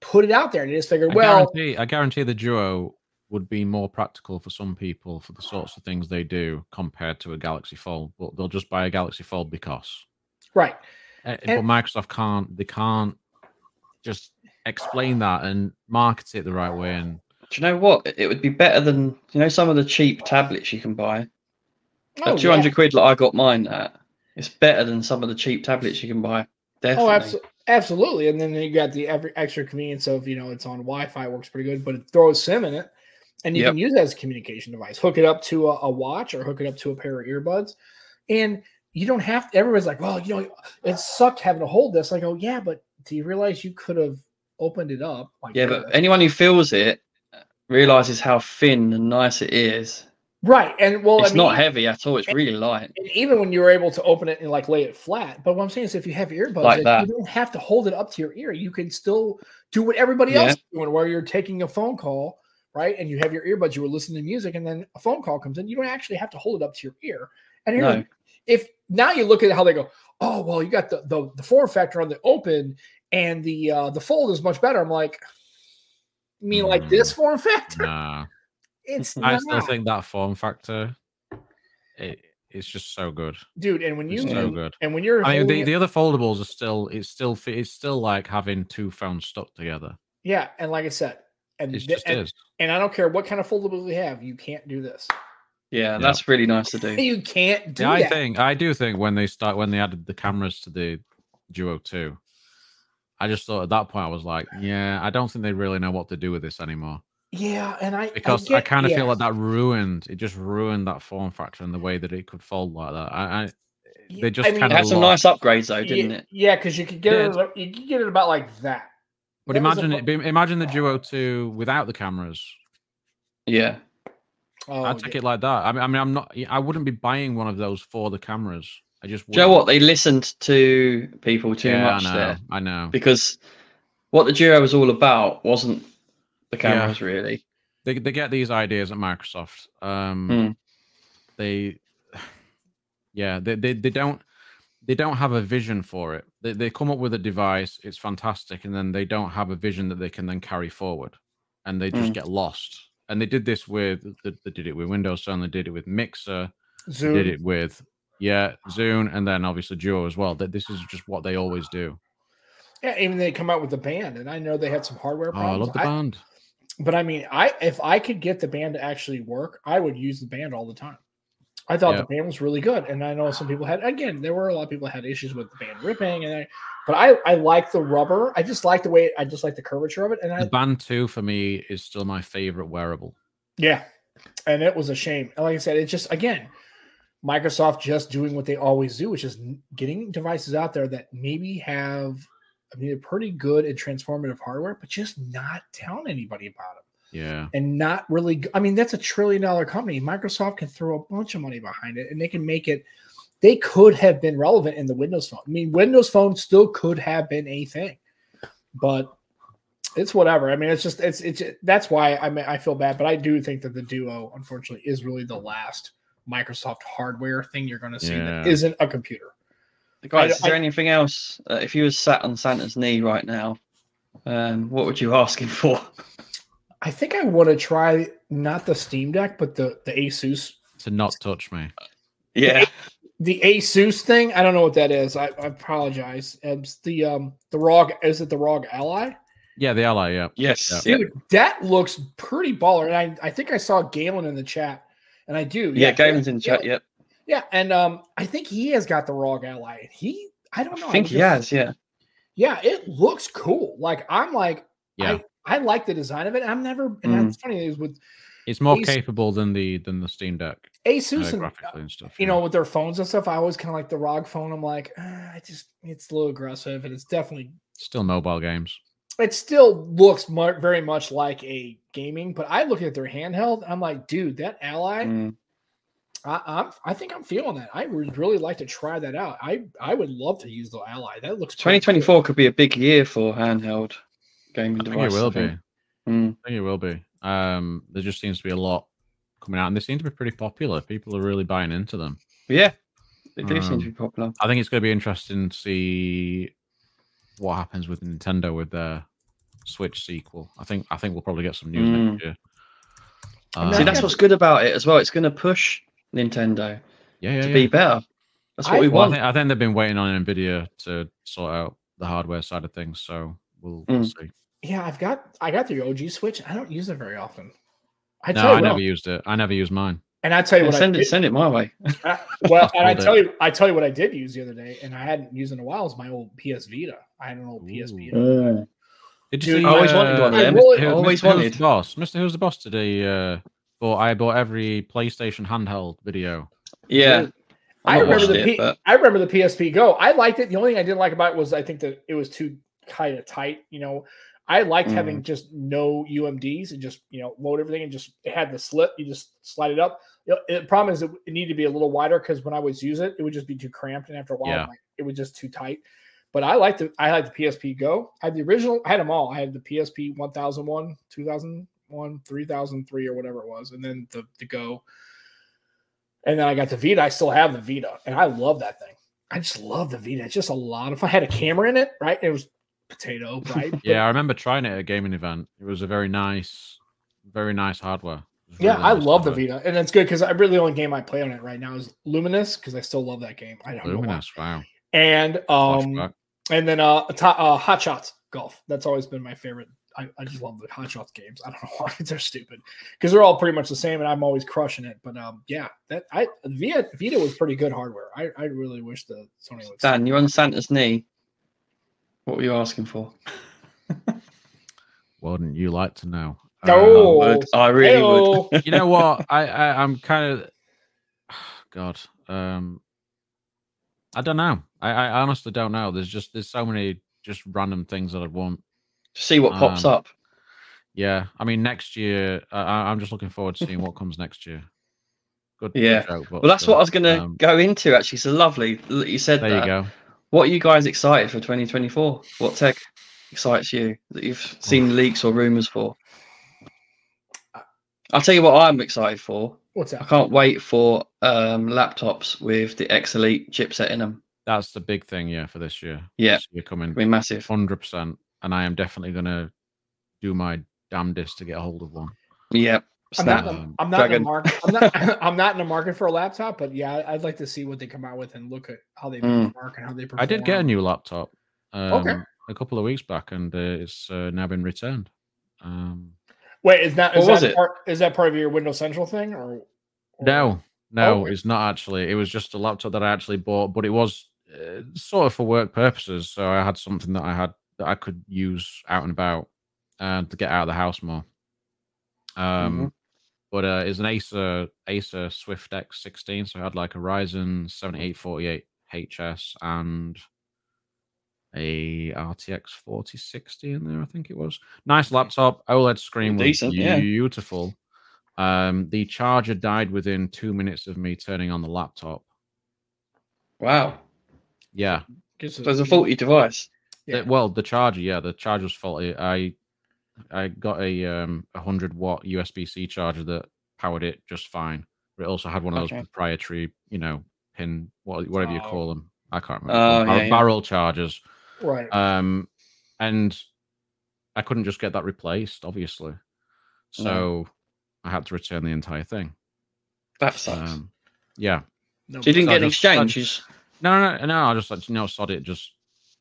A: put it out there. They just figured,
C: I
A: well,
C: guarantee, I guarantee the duo would be more practical for some people for the sorts of things they do compared to a Galaxy Fold. But they'll just buy a Galaxy Fold because.
A: right.
C: Uh, but
A: And-
C: Microsoft can't. They can't just explain that and market it the right way. And
B: Do you know what? It- It would be better than you know some of the cheap tablets you can buy.
A: Oh,
B: At two hundred quid, like I got mine at, it's better than some of the cheap tablets you can buy.
A: yeah. Oh,
B: Definitely.
A: abso- absolutely. And then you got the every extra convenience of, you know, it's on Wi Fi, works pretty good, but it throws SIM in it. And you
B: Yep.
A: can use that as a communication device. Hook it up to a, a watch or hook it up to a pair of earbuds. And you don't have everybody's like, well, you know, it sucked having to hold this. Like, oh yeah, but do you realize you could have opened it up? Like, uh,
B: Yeah, but anyone who feels it realizes how thin and nice it is.
A: right. And well,
B: it's
A: I mean,
B: not heavy at all. It's
A: and-
B: really light.
A: and even when you were able to open it and like lay it flat, but what I'm saying is, if you have earbuds,
B: Like
A: in,
B: that.
A: you don't have to hold it up to your ear. You can still do what everybody
B: Yeah.
A: else is doing, where you're taking a phone call, right? And you have your earbuds, you were listening to music, and then a phone call comes in. You don't actually have to hold it up to your ear. And here's the
B: No.
A: if now you look at how they go, oh well, you got the the, the form factor on the open and the uh the fold is much better. I'm like, you mean like this form
C: <laughs>
A: factor?
C: nah,
A: It's
B: Mm.
A: not,
B: I
C: uh, I still think that form factor. It, it's just so good.
A: dude. And when you
C: It's so
B: mean-
C: good.
A: and when you're
C: I mean,
A: holding
C: the,
A: it-
C: the other foldables are still. It's still. fi- It's still like having two phones stuck together.
A: yeah, and like I said. And,
C: It
A: the-
C: just
A: and,
C: is.
A: And I don't care what kind of foldables we have, you can't do this.
B: Yeah,
C: Yeah.
B: that's really nice to do.
A: <laughs> You can't do
C: Yeah, I
A: that.
C: think I do think when they start when they added the cameras to the Duo Two, I just thought at that point I was like, yeah, I don't think they really know what to do with this anymore
A: yeah, and I
C: because I,
A: get-
C: kind of
A: yeah.
C: feel like that ruined it. Just ruined that form factor and the way that it could fold like that. I, I
A: Yeah,
C: they
A: I
C: just
A: mean-
B: It
C: kind
B: had
C: of
B: some nice upgrades though, didn't e
A: yeah,
B: it?
A: Yeah, because you could get
C: Yeah,
A: it. about- You could get it about like that.
C: But
A: that was a
C: imagine it.
A: bu-
C: be- Imagine the Duo Two without the cameras.
B: Yeah.
A: Oh,
C: I'd take
A: yeah.
C: it like that. I mean, I mean, I'm not. I wouldn't be buying one of those for the cameras. I just.
B: Do you know
C: wouldn't.
B: what? They listened to people too
C: yeah,
B: much
C: I know.
B: there.
C: I know.
B: because what the duo was all about wasn't the cameras really.
C: they they get these ideas at Microsoft. Um,
B: Hmm.
C: They, <sighs> yeah, they, they they don't they don't have a vision for it. They they come up with a device, it's fantastic, and then they don't have a vision that they can then carry forward, and they just
B: Hmm.
C: get lost. And they did this with they, they did it with Windows Phone, they did it with Mixer, they
A: Zoom.
C: did it with yeah Zune, and then obviously Duo as well. That this is just what they always do.
A: Yeah, even they come out with the band, and I know they had some hardware
C: Oh, I
A: problems.
C: love the
A: I-
C: band.
A: but I mean, I if I could get the band to actually work, I would use the band all the time. I thought
C: Yeah.
A: the band was really good, and I know some people had again. There were a lot of people had issues with the band ripping, and I, but I I like the rubber. I just like the way I just like the curvature of it, and I
C: The band two for me is still my favorite wearable.
A: Yeah. And it was a shame. And like I said, it's just again, Microsoft just doing what they always do, which is n- getting devices out there that maybe have I mean they're pretty good and transformative hardware, but just not telling anybody about them.
C: Yeah.
A: And not really g- I mean, that's a trillion dollar company. Microsoft can throw a bunch of money behind it and they can make it they could have been relevant in the Windows phone. I mean, Windows phone still could have been a thing, but it's whatever. I mean, it's just it's it's that's why I mean, I feel bad, but I do think that the Duo unfortunately is really the last Microsoft hardware thing you're going to see that
C: Yeah.
A: isn't a computer.
B: Guys,
A: I-
B: is there
A: I-
B: anything else? Uh, if you was sat on Santa's knee right now, um, what would you ask him for? <laughs>
A: I think I want to try not the Steam Deck, but the the Asus
C: to not touch me.
B: yeah,
A: the Asus thing. I don't know what that is. I, I apologize. It's the um the ROG is it the ROG Ally?
C: Yeah, the ally. Yeah,
B: yes, yeah.
A: Dude, that looks pretty baller. And I, I think I saw Galen in the chat, and I do.
B: yeah, Galen's in the chat.
A: Yeah,
B: Yep,
A: yeah, and um, I think he has got the ROG Ally. He, I don't know.
B: I think
A: was
B: he
A: just-
B: has. Yeah,
A: Yeah, it looks cool. Like I'm like,
C: Yeah.
A: I, I like the design of it. I'm never, and
B: Mm.
A: that's funny is with
C: it's more
A: Ace-
C: capable than the than the Steam Deck uh,
A: Asus and
C: graphically and stuff.
A: you
C: yeah.
A: know with their phones and stuff. I always kind of like the ROG phone. I'm like, "Ah, I just it's a little aggressive, and it's definitely
C: still mobile games.
A: it still looks mu- very much like a gaming. But I look at their handheld, I'm like, dude, that Ally.
B: Mm.
A: I, I'm, I think I'm feeling that. I would really like to try that out. I, I would love to use the Ally. That looks pretty cool.
B: 2024 could be a big year for handheld gaming
C: I think
B: devices.
C: it will be.
B: Mm.
C: I think it will be. Um, there just seems to be a lot coming out, and they seem to be pretty popular. People are really buying into them.
B: Yeah, they do seem
C: Um,
B: to be popular.
C: I think it's going to be interesting to see what happens with Nintendo with their Switch sequel. I think I think we'll probably get some news next year.
A: I'm not
B: See,
A: Um,
B: Mm. that's what's good about it as well. It's going to push Nintendo
C: yeah, yeah,
B: to
C: yeah.
B: be better. That's what
A: I-
B: we
C: Well, I
B: want.
C: think, I think they've been waiting on Nvidia to sort out the hardware side of things, so we'll, we'll
B: Mm.
C: see.
A: Yeah, I've got I got the OG Switch. I don't use it very often. I
C: no,
A: tell you
C: I
A: what,
C: never used it. I never used mine.
A: and I tell you
B: Yeah,
A: what I
B: send it,
A: did,
B: send it my way.
A: well, and I
C: Hold
A: tell you I tell you what I did use the other day, and I hadn't used in a while is my old PS Vita. I had an old PS
C: Ooh.
A: Vita.
C: Did uh,
A: Dude,
B: I always wanted one of
A: I
B: them.
A: really-
B: I
C: Who-
B: always
C: Mr. Who's
B: wanted.
C: the boss. Mr. Who's the boss today? Uh, bought I bought every PlayStation handheld video.
B: Yeah,
A: I
B: I
A: remember
B: watched
A: the
B: it,
A: P-
B: but
A: I remember the PSP Go. I liked it. The only thing I didn't like about it was I think that it was too kind of tight. You know, I liked
B: Mm.
A: having just no UMDs and just you know load everything and just it had the slit. You just slide it up. You know, the problem is it, it needed to be a little wider because when I was use it, it would just be too cramped, and after a while,
C: Yeah.
A: like, it was just too tight. But I liked the I liked the PSP Go. I had the original. I had them all. I had the PSP 1001, 2001, 3003, or whatever it was, and then the the Go. And then I got the Vita. I still have the Vita, and I love that thing. I just love the Vita. It's just a lot of fun. I had a camera in it, right? It was potato,
C: <laughs>
A: right? But-
C: Yeah, I remember trying it at a gaming event. It was a very nice, very nice hardware. It was
A: Yeah,
C: really
A: I
C: nice
A: love the
C: hardware.
A: Vita, and it's good because I really the only game I play on it right now is Luminous because I still love that game. I don't know why.
C: Luminous, wow.
A: And um,
C: Flashback.
A: and then uh, to- uh, Hot Shots Golf. That's always been my favorite. I, I just love the Hot Shots games. I don't know <laughs> why they're stupid because they're all pretty much the same, and I'm always crushing it. But um, yeah, that I Vita Vita was pretty good hardware. I, I really wish the Sony would.
B: Dan, you're on Santa's knee. What were you asking for?
C: Wouldn't you like to know?
A: No. Oh,
C: Um,
B: I would. I really would.
A: Heyo.
C: you know what? I, I I'm kind of <sighs> God. Um, I don't know. I, I honestly don't know. There's just there's so many just random things that I'd want.
B: Just see what pops
C: Um,
B: up.
C: Yeah, I mean next year. I, I- I'm just looking forward to seeing what comes next year. Good. good
B: Yeah.
C: joke, but
B: Well, that's
C: still,
B: what I was going to
C: um,
B: go into. Actually, so lovely l- you said uh,
C: There
B: that.
C: you go.
B: What are you guys excited for 2024? What tech excites you that you've seen leaks or rumors for? I'll tell you what I'm excited for.
A: What's
B: I
A: that?
B: can't wait for um, laptops with the X Elite chipset in them.
C: That's the big thing. Yeah, for this year.
B: Yeah.
C: you're coming
B: It'll be massive.
C: hundred percent, and I am definitely gonna do my damnedest to get a hold of one.
B: Yeah,
A: I'm not,
B: snap.
C: Um,
A: I'm not in the
B: Dragon.
A: market. I'm not, <laughs> I'm not in the market for a laptop, but yeah, I'd like to see what they come out with and look at how they
B: Mm.
A: benchmark and how they perform.
C: I did get a new laptop um,
A: Okay.
C: a couple of weeks back, and uh, it's uh, now been returned. Um,
A: Wait, is that is
B: What was
A: that
B: it?
A: part is that part of your Windows Central thing or, or-
C: no, no,
A: okay.
C: it's not actually. It was just a laptop that I actually bought, but it was uh, sort of for work purposes. So I had something that I had that I could use out and about uh, to get out of the house more. Um, But uh, it's an Acer Acer Swift X16, so I had like a Ryzen 7848 HS and a RTX 4060 in there, I think it was. Nice laptop. OLED screen was
B: Decent, yeah.
C: beautiful. Um, the charger died within two minutes of me turning on the laptop.
B: Wow,
C: Yeah.
A: Gives
B: so it's a
A: you-
B: e- faulty device.
C: The-
A: Yeah.
C: well, the charger, yeah, the charger was faulty. I I got a um a hundred watt USB C charger that powered it just fine. But it also had one of those
B: Okay.
C: proprietary, you know, pin what, whatever you
A: Oh.
C: call them. I can't remember.
B: Oh,
C: Bar-
B: yeah, yeah.
C: Barrel chargers.
A: Right.
C: Um, and I couldn't just get that replaced, obviously. So I had to return the entire thing.
B: That sucks.
C: Um, yeah.
A: No,
B: so you didn't
C: so I
B: get an
C: just- I
B: exchange.
C: just-
B: You just
C: No, no, no, no. I just like, no, sod it. Just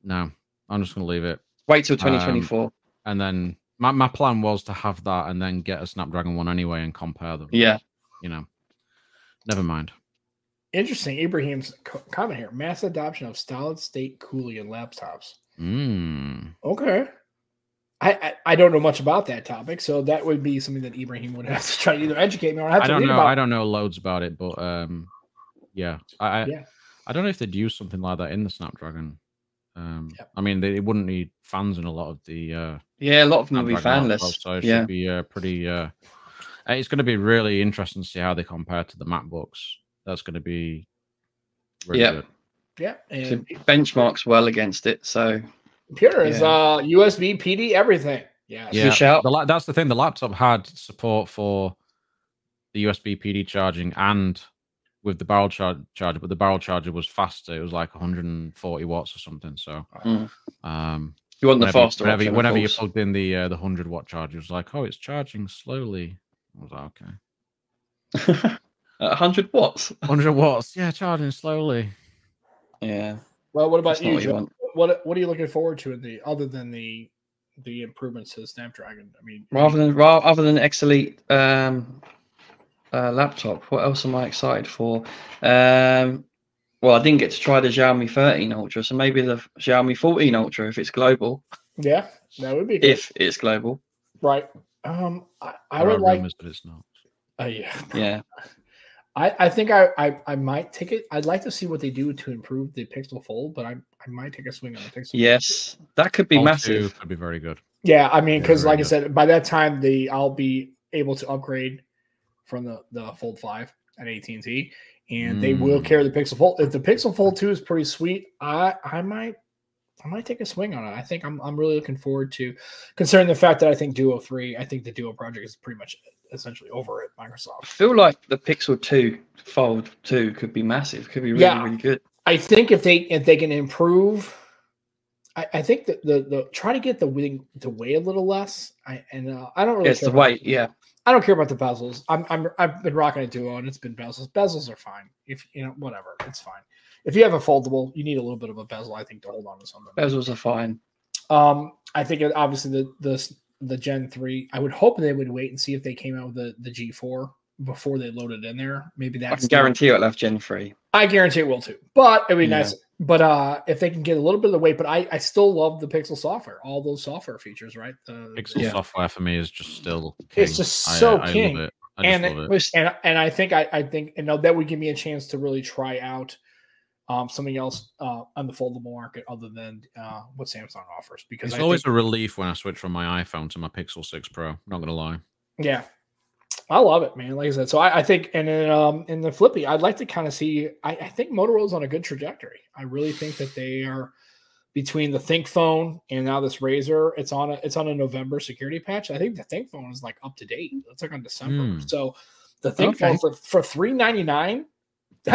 C: no. I'm just gonna leave it.
B: wait till
C: Um,
B: 2024.
C: And then my, my plan was to have that and then get a Snapdragon one anyway and compare them.
B: yeah.
C: You know. Never mind.
A: Interesting. Ibrahim's co- comment here: mass adoption of solid state cooling in laptops.
C: Mm.
A: Okay. I, I, I don't know much about that topic, so that would be something that Ibrahim would have to try to either educate me or have
C: I
A: to
C: don't
A: read
C: know.
A: about.
C: I don't know loads about it, but um, yeah, I, I
A: Yeah.
C: I don't know if they'd use something like that in the Snapdragon. Um,
A: Yep.
C: I mean, they, it wouldn't need fans in a lot of the uh,
B: Yeah, a lot of them will be
C: Snapdragon laptops,
B: fanless.
C: so it
B: Yeah.
C: should be uh, pretty. Uh, uh, it's going to be really interesting to see how they compare to the MacBooks. That's going to be really
B: Yep.
C: good.
A: Yeah,
B: So
A: and
B: benchmarks well against it. So
A: computer is
B: yeah.
A: uh, USB, PD, everything. Yes.
B: Good shout.
C: The la- that's the thing. The laptop had support for the USB PD charging and with the barrel char- charger, but the barrel charger was faster. It was like 140 watts or something. So,
B: Mm.
C: um,
B: you want the
C: whenever,
B: faster
C: whenever,
B: option. of
C: whenever you
B: course.
C: plugged in the uh, the 100 watt charger, it was like, oh, it's charging slowly. I was like, okay,
B: <laughs> At 100 watts.
C: 100 watts. Yeah, charging slowly.
B: Yeah.
A: Well, what about
B: That's not
A: you,
B: what you
A: Joe?
B: want.
A: What What are you looking forward to in the other than the the improvements to the Snapdragon? I mean,
B: Rather than rather other than X Elite um, uh, laptop, what else am I excited for? Um, well, I didn't get to try the Xiaomi 13 Ultra, so maybe the Xiaomi 14 Ultra if it's global.
A: yeah, that would be good.
B: If it's global,
A: right. Um, I, I
C: There
A: would
C: are
A: like.
C: rumors that it's not.
A: Uh, yeah,
B: yeah.
A: I, I think I, I I might take it. I'd like to see what they do to improve the Pixel Fold, but I I might take a swing on the Pixel. Fold.
B: Yes, that could be
C: All two
B: massive.
C: Could be very good.
A: Yeah, I mean,
C: Yeah,
A: because
C: very
A: like I
C: good.
A: said, by that time the I'll be able to upgrade from the the Fold Five at AT and T, and they will
C: Mm.
A: carry the Pixel Fold. If the Pixel Fold Two is pretty sweet, I I might I might take a swing on it. I think I'm I'm really looking forward to, considering the fact that I think Duo Three, I think the Duo project is pretty much essentially over at
B: I
A: Microsoft.
B: feel like the Pixel 2 Fold 2 could be massive. Could be really,
A: Yeah.
B: really good.
A: I think if they if they can improve, I, I think that the the try to get the wing to weigh a little less. I and uh, I don't really.
B: Yeah, it's
A: care
B: the
A: about-
B: weight. Yeah.
A: I don't care about the bezels. I'm, I'm I've been rocking a duo and it's been bezels. Bezels are fine. If you know whatever, it's fine. If you have a foldable, you need a little bit of a bezel, I think, to hold on to something.
B: Bezels are fine.
A: Um, I think it- obviously the the the Gen three. I would hope they would wait and see if they came out with the the G four before they loaded in there. Maybe
B: I
A: that's
B: can guarantee it'll have Gen 3.
A: I guarantee it will too. But it'd be
B: Yeah.
A: nice. But uh, if they can get a little bit of the weight, but I I still love the Pixel software. All those software features, right? The,
C: Pixel
B: Yeah.
C: software for me is just still. King.
A: It's just so
C: I,
A: king.
C: I love it. I just
A: And it
C: love it.
B: It's-
A: and and I think I, I think and now that would give me a chance to really try out um, something else uh, on the foldable market other than uh, what Samsung offers because
C: It's
A: I
C: always
A: think-
C: a relief when I switch from my iPhone to my Pixel 6 Pro. Not gonna lie.
A: yeah I love it man like I said so I, I think and then um in the flippy I'd like to kind of see I, I think Motorola's on a good trajectory I really think that they are between the Think Phone and now this Razor it's on a it's on a November security patch I think the Think Phone is like up to date it's like on December
C: Hmm.
A: so the Think Phone
B: Okay.
A: for for three ninety nine
C: And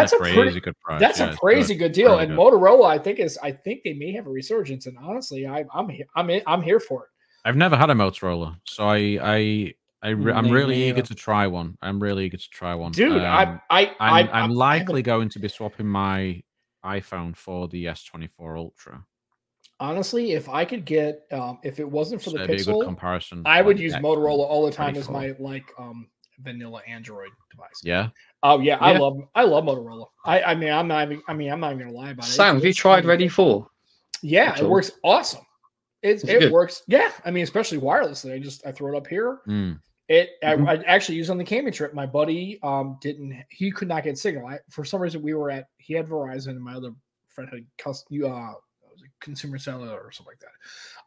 A: that's a
C: crazy
A: pretty
C: good price.
A: That's
C: yeah,
A: a
C: it's good.
A: crazy good, deal.
C: Really
A: and
C: good.
A: Motorola, I think is I think they may have a resurgence. And honestly, I, I'm he- I'm in, I'm here for it.
C: I've never had a Motorola, so I I, I re- I'm
B: Me
C: really
B: neither.
C: eager to try one. I'm really eager to try one,
A: Dude,
C: Um,
A: I I I
C: I'm,
A: I-
C: I'm likely going to be swapping my iPhone for the S24 Ultra.
A: honestly, if I could get um, if it wasn't for
C: So
A: the
C: it'd be a good
A: Pixel,
C: comparison.
A: I
C: for
A: would
C: the
A: use
C: X
A: Motorola
C: one.
A: all the time as
C: 24.
A: my like um vanilla Android device.
C: Yeah,
A: Oh yeah, I
B: Yeah.
A: love I love Motorola. I I mean I'm not even- I mean I'm not even gonna lie about it.
B: Sam, have you
A: It's-
B: tried Ready 4?
A: Yeah,
B: at
A: it
B: all?
A: works awesome. It's,
B: Is it
A: it
B: good?
A: works. Yeah, I mean especially wirelessly. I just I throw it up here.
C: Mm.
A: It I-
B: Mhm.
A: I, actually used on the camping trip. My buddy um didn't he could not get signal. I, for some reason we were at he had Verizon and my other friend had cus- you uh what was it, consumer cellular or something like that.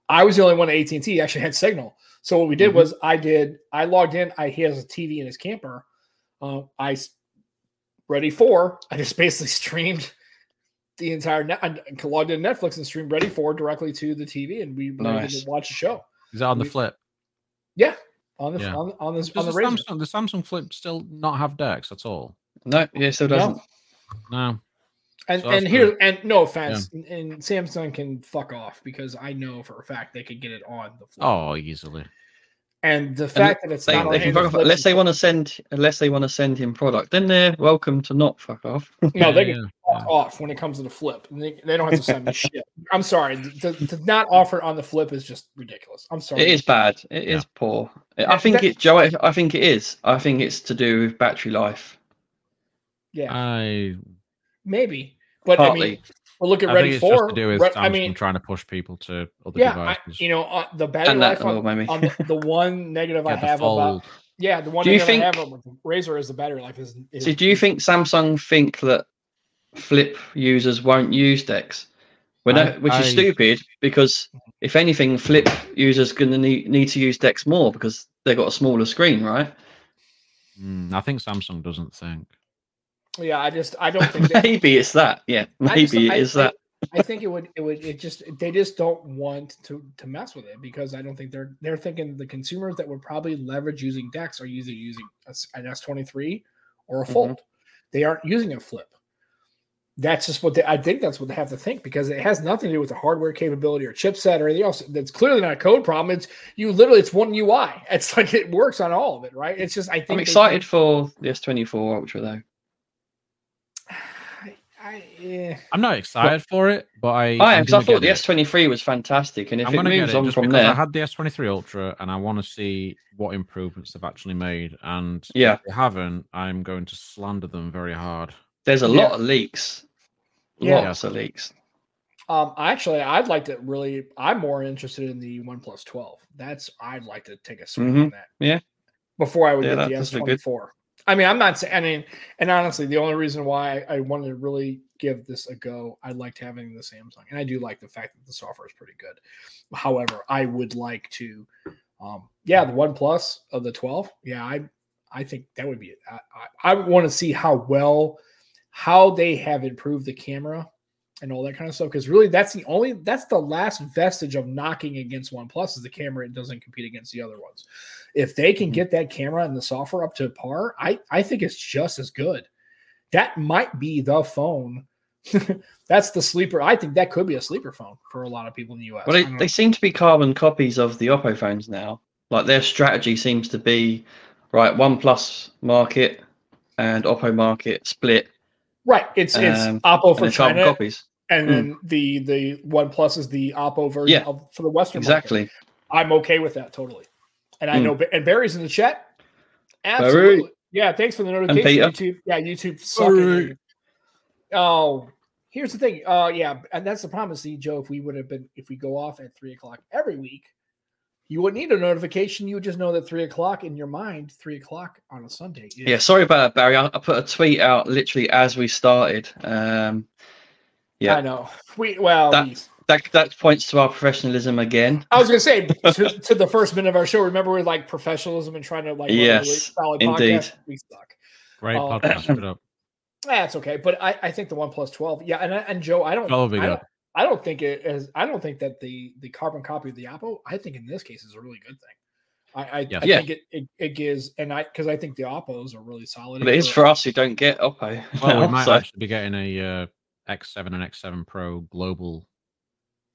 A: I was the only one at AT and T actually had signal. So what we did
B: Mhm.
A: was I did I logged in. I he has a TV in his camper. Um, I s- ready for I just <laughs> basically streamed the entire net. I logged in Netflix and streamed ready for directly to the TV and we were able
B: Nice.
A: to watch the show.
C: is that on the
A: We-
C: flip?
A: Yeah, on the
C: Yeah.
A: on, on this on
C: Does
A: the
C: the,
A: razor.
C: Samsung, the Samsung Flip still not have decks at all?
B: No, yeah, it still doesn't.
C: No.
A: And
C: So
A: and
C: that's
A: here and no offense, and, and Samsung can fuck off because I know for a fact they could get it on the flip.
C: Oh, easily.
A: and the fact that it's
B: They,
A: not
B: they
A: on
B: can
A: the
B: fuck off.
A: flip
B: Unless
A: is-
B: they want to send, unless they want to send him product, then they're welcome to not fuck off.
A: <laughs> no, they can
C: Yeah,
A: fuck off when it comes to the flip. And They, they don't have to send me shit. I'm sorry, to, to not offer it on the flip is just ridiculous. I'm sorry.
B: It is bad. It is
C: Yeah.
B: poor. I- I
A: That-
B: think
A: that-
B: it's Joe. I I think it is. I think it's to do with battery life.
C: yeah.
A: yeah,
C: I
A: maybe. But
B: Partly.
A: I mean, but look at
C: I
A: Ready
C: think it's
A: Four.
C: just to do with
A: Re-
C: Samsung
A: I mean,
C: trying to push people to other
A: yeah, I-
C: devices.
A: you know, uh, the battery
B: and that,
A: life
B: oh,
A: on,
B: maybe.
A: on the, the one
C: <laughs>
A: negative I
C: Get the
A: have about
C: fold.
A: yeah, the one
B: Do you
A: negative I
B: think-
A: have about Razor is the battery life is. is
B: So, do you think Samsung think that flip users won't use Dex? When
C: I-
B: I- which is
C: I-
B: stupid because if anything, flip users gonna need, need to use Dex more because they've got a smaller screen, right?
C: Mm, I think Samsung doesn't think.
A: Yeah, I just I don't think. They,
B: maybe it's that. Yeah,
A: I just-
B: maybe
A: I-
B: it is
A: I-
B: that.
A: I think it would it would it just they just don't want to to mess with it because I don't think they're they're thinking the consumers that would probably leverage using Dex are either using a s- an S twenty three or a
B: Mhm.
A: Fold. They aren't using a Flip. That's just what they, I think. That's what they have to think because it has nothing to do with the hardware capability or chipset or anything else. That's clearly not a code problem. It's you literally it's one UI. It's like it works on all of it, right? It's just I think
B: I'm
A: they
B: excited for the S24 Ultra though.
A: think- I, eh.
C: I'm not excited for it, but I.
B: I am.
C: I'm
B: 'cause I
C: gonna get
B: thought the
C: it.
B: S23 was fantastic, and if
C: I'm
B: it
C: gonna get
B: moves
C: it
B: on
C: just
B: from
C: because
B: there,
C: I had the S23 Ultra, and I want to see what improvements they've actually made. And if
B: Yeah.
C: they haven't, I'm going to slander them very hard.
B: there's a
A: Yeah.
B: lot of leaks.
A: Yeah.
B: Lots of leaks.
A: Um, actually, I'd like to really. I'm more interested in the One Plus Twelve. That's I'd like to take a swing on that.
B: Mm-hmm. Yeah.
A: Before I would
B: Yeah,
A: get
B: that-
A: the S
B: that's a
A: twenty
B: good-
A: four. I mean, I'm not saying. I mean, and honestly, the only reason why I wanted to really give this a go, I liked having the Samsung, and I do like the fact that the software is pretty good. However, I would like to. Um, yeah, the One Plus of the twelve. Yeah, I I think that would be. it. I I, I want to see how well how they have improved the camera and all that kind of stuff. Because really, that's the only that's the last vestige of knocking against OnePlus is the camera. It doesn't compete against the other ones. If they can
B: Mhm.
A: get that camera and the software up to par, I I think it's just as good. That might be the phone. <laughs> that's the sleeper. I think that could be a sleeper phone for a lot of people in the US.
B: Well,
A: I
B: they,
A: don't know.
B: they seem to be carbon copies of the Oppo phones now. Like their strategy seems to be right, OnePlus market and Oppo market split,
A: right. It's it's
B: um,
A: Oppo
B: and
A: for
B: they're carbon
A: China,
B: copies.
A: and then the the OnePlus is the Oppo version
B: Hmm. Yeah.
A: of, for the Western market.
B: Exactly.
A: I'm okay with that totally. And I
B: Hmm.
A: know, and Barry's in the chat.
B: Barry.
A: Absolutely. Yeah. Thanks for the notification.
B: Peter.
A: YouTube. Yeah. YouTube. Sucking.
C: Barry.
A: Oh, here's the thing. Uh, yeah. And that's the problem. See, Joe, if we would have been, if we go off at three o'clock every week, you wouldn't need a notification. You would just know that three o'clock in your mind, three o'clock on a Sunday. is-
B: Yeah, sorry about that, Barry. I, I put a tweet out literally as we started. Um, yeah.
A: I know. We, well,
B: That-
A: we-
B: that that points to our professionalism again.
A: I was going to say to, to the first minute of our show, remember we're like professionalism and trying to like, run a really
B: Yes,
A: solid
B: indeed.
A: podcast? We suck.
C: Great
A: Oh.
C: podcast.
A: <laughs>
C: Put up.
A: That's okay, but I, I think the One Plus Twelve, yeah, and I- and Joe, I don't,
C: That'll be
A: I
C: good.
A: don't, I don't think it is. I don't think that the the carbon copy of the Oppo, I think in this case is a really good thing. I, I,
C: Yes.
A: I
B: Yeah.
A: think it, it, it gives, and I because I think the Oppos are really solid.
B: But it is for us who don't get Oppo.
C: Well, we
B: now,
C: might
B: so-
C: actually be getting a uh, X7 and X7 Pro global.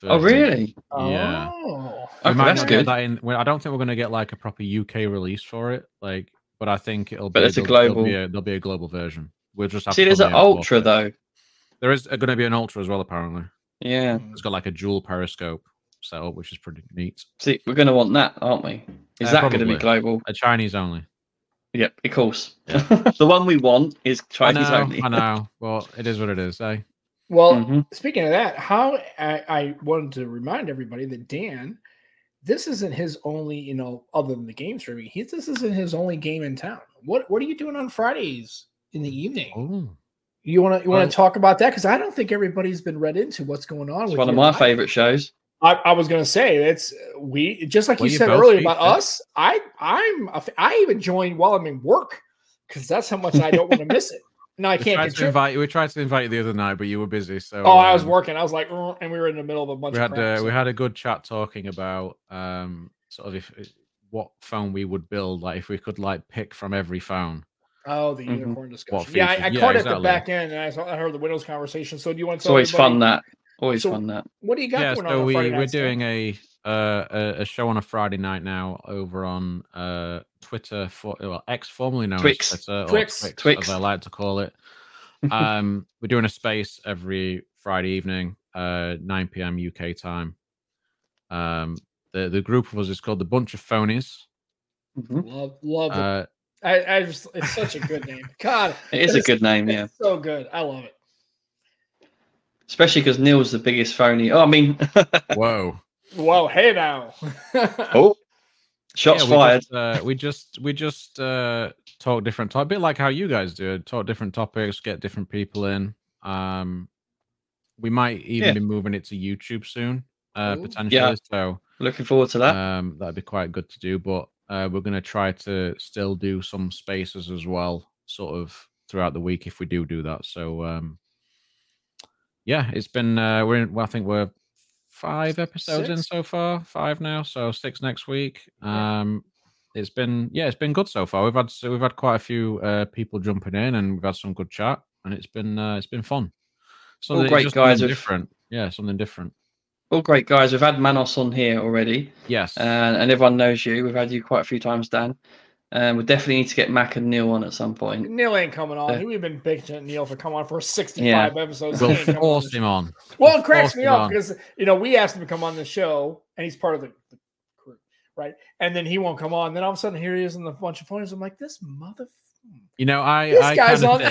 B: Oh,
C: version.
B: really?
C: Yeah.
A: Oh.
C: We
B: Okay,
C: might
B: that's
C: not
B: good.
C: get that in. well, I don't think we're going to get like a proper UK release for it. Like, but I think it'll.
B: But
C: be,
B: it's a
C: there'll- There'll be
B: global-
C: a, there'll be a global version. We'll just have
B: See,
C: to
B: there's an
C: probably import
B: Ultra
C: it.
B: though.
C: There is going to be an ultra as well. Apparently,
B: Yeah.
C: it's got like a dual periscope setup, which is pretty neat.
B: See, we're going to want that, aren't we? Is
C: Uh,
B: that going to be
C: probably.
B: global?
C: A Chinese only.
B: Yep, of course. <laughs> the one we want is
C: I
B: Chinese
C: know.
B: only.
C: I know. Well, it is what it is. Eh?
A: Well,
B: Mhm.
A: speaking of that, how I, I wanted to remind everybody that Dan, this isn't his only, you know, other than the game streaming, he this isn't his only game in town. What what are you doing on Fridays in the evening?
C: Oh, Uh,
A: You want to you want
B: Well-
A: to talk about that because I don't think everybody's been read into what's going on.
B: It's
A: with
B: one of
A: you.
B: my
A: I-
B: favorite shows.
A: I, I was going to say it's we just like
C: Well,
A: you
C: you
A: said
C: both
A: earlier
C: beat
A: about
C: them.
A: us. I I'm a f- I even joined while I'm in work because that's how much I don't want to miss it. No, I
C: we
A: can't.
C: tried to
A: contrib-
C: invite. We tried to invite you the other night, but you were busy. So.
A: oh, I was
C: um,
A: working. I was like, "Mm," and we were in the middle of a bunch
C: we
A: of
C: had
A: crap,
C: uh,
A: so-
C: we had a good chat talking about um sort of if what phone we would build, like if we could like pick from every phone.
A: Oh,
C: <laughs>
A: the
B: Mhm.
A: unicorn discussion.
C: What
A: yeah, I, I
C: features? Yeah,
A: caught it at the
C: exactly.
A: back end, and I, saw, I heard the Windows conversation. So, do you want? to
B: It's
A: tell
B: always
A: everybody
B: fun that. Always
A: So-
B: fun that.
A: What do you got
C: yeah,
A: going
C: so
A: on?
C: we
A: on Friday
C: we're
A: night, Sam?
C: doing a, uh, a a show on a Friday night now over on uh, Twitter for well X formerly known
B: Twix.
C: as Twitter or
A: Twix.
C: Twix,
B: Twix.
C: as I like to
B: <laughs>
C: call it. um, we're doing a space every Friday evening, uh, 9 p.m. UK time. Um, the the group of us is called the Bunch of Phonies. Mm-hmm.
B: Mhm.
A: Love, love it.
C: Uh,
A: I, I just, it's such a good name. God,
B: It is a good name,
A: <laughs>
B: <laughs> yeah.
A: it's so good. I love it.
B: Especially because Neil's the biggest phony. Oh, I mean, <laughs>
C: Uh, whoa.
A: Whoa, hey now.
B: oh, shots
C: Yeah, we
B: fired.
C: Just, uh, we just we just uh, talk different topics, a bit like how you guys do. it, Talk different topics, get different people in. Um, we might even
B: Yeah.
C: be moving it to YouTube soon, uh,
A: Ooh.
C: potentially.
B: Yeah.
C: So
B: Looking forward to that.
C: um, that'd be quite good to do. But uh, we're gonna try to still do some spaces as well, sort of throughout the week if we do do that. So um, yeah, it's been uh, we're in, well, I think we're five episodes in
A: Six?
C: so far, five now, so six next week.
A: Yeah.
C: Um, it's been yeah, it's been good so far. We've had so we've had quite a few uh, people jumping in, and we've had some good chat, and it's been uh, it's been fun. So
B: All great guys with-
C: different, yeah, something different.
B: All great guys. We've had Manos on here already,
C: Yes,
B: and, and everyone knows you. We've had you quite a few times, Dan. And we definitely need to get Mac and Neil on at some point.
A: <laughs> Neil ain't coming on.
B: Yeah.
A: We've been bitching at Neil for coming on for 65 episodes. He
B: <laughs>
C: we'll
A: ain't coming on
C: force
A: this
C: him on.
A: Well, it cracks
C: Forced
A: me
C: it
A: up
C: on.
A: because you know we asked him to come on the show, and he's part of the, the crew, right? And then he won't come on. Then all of a sudden, here he is in the bunch of phones. I'm like, this mother.
C: You know, I
A: This
C: I
A: guy's
C: kind of
A: on.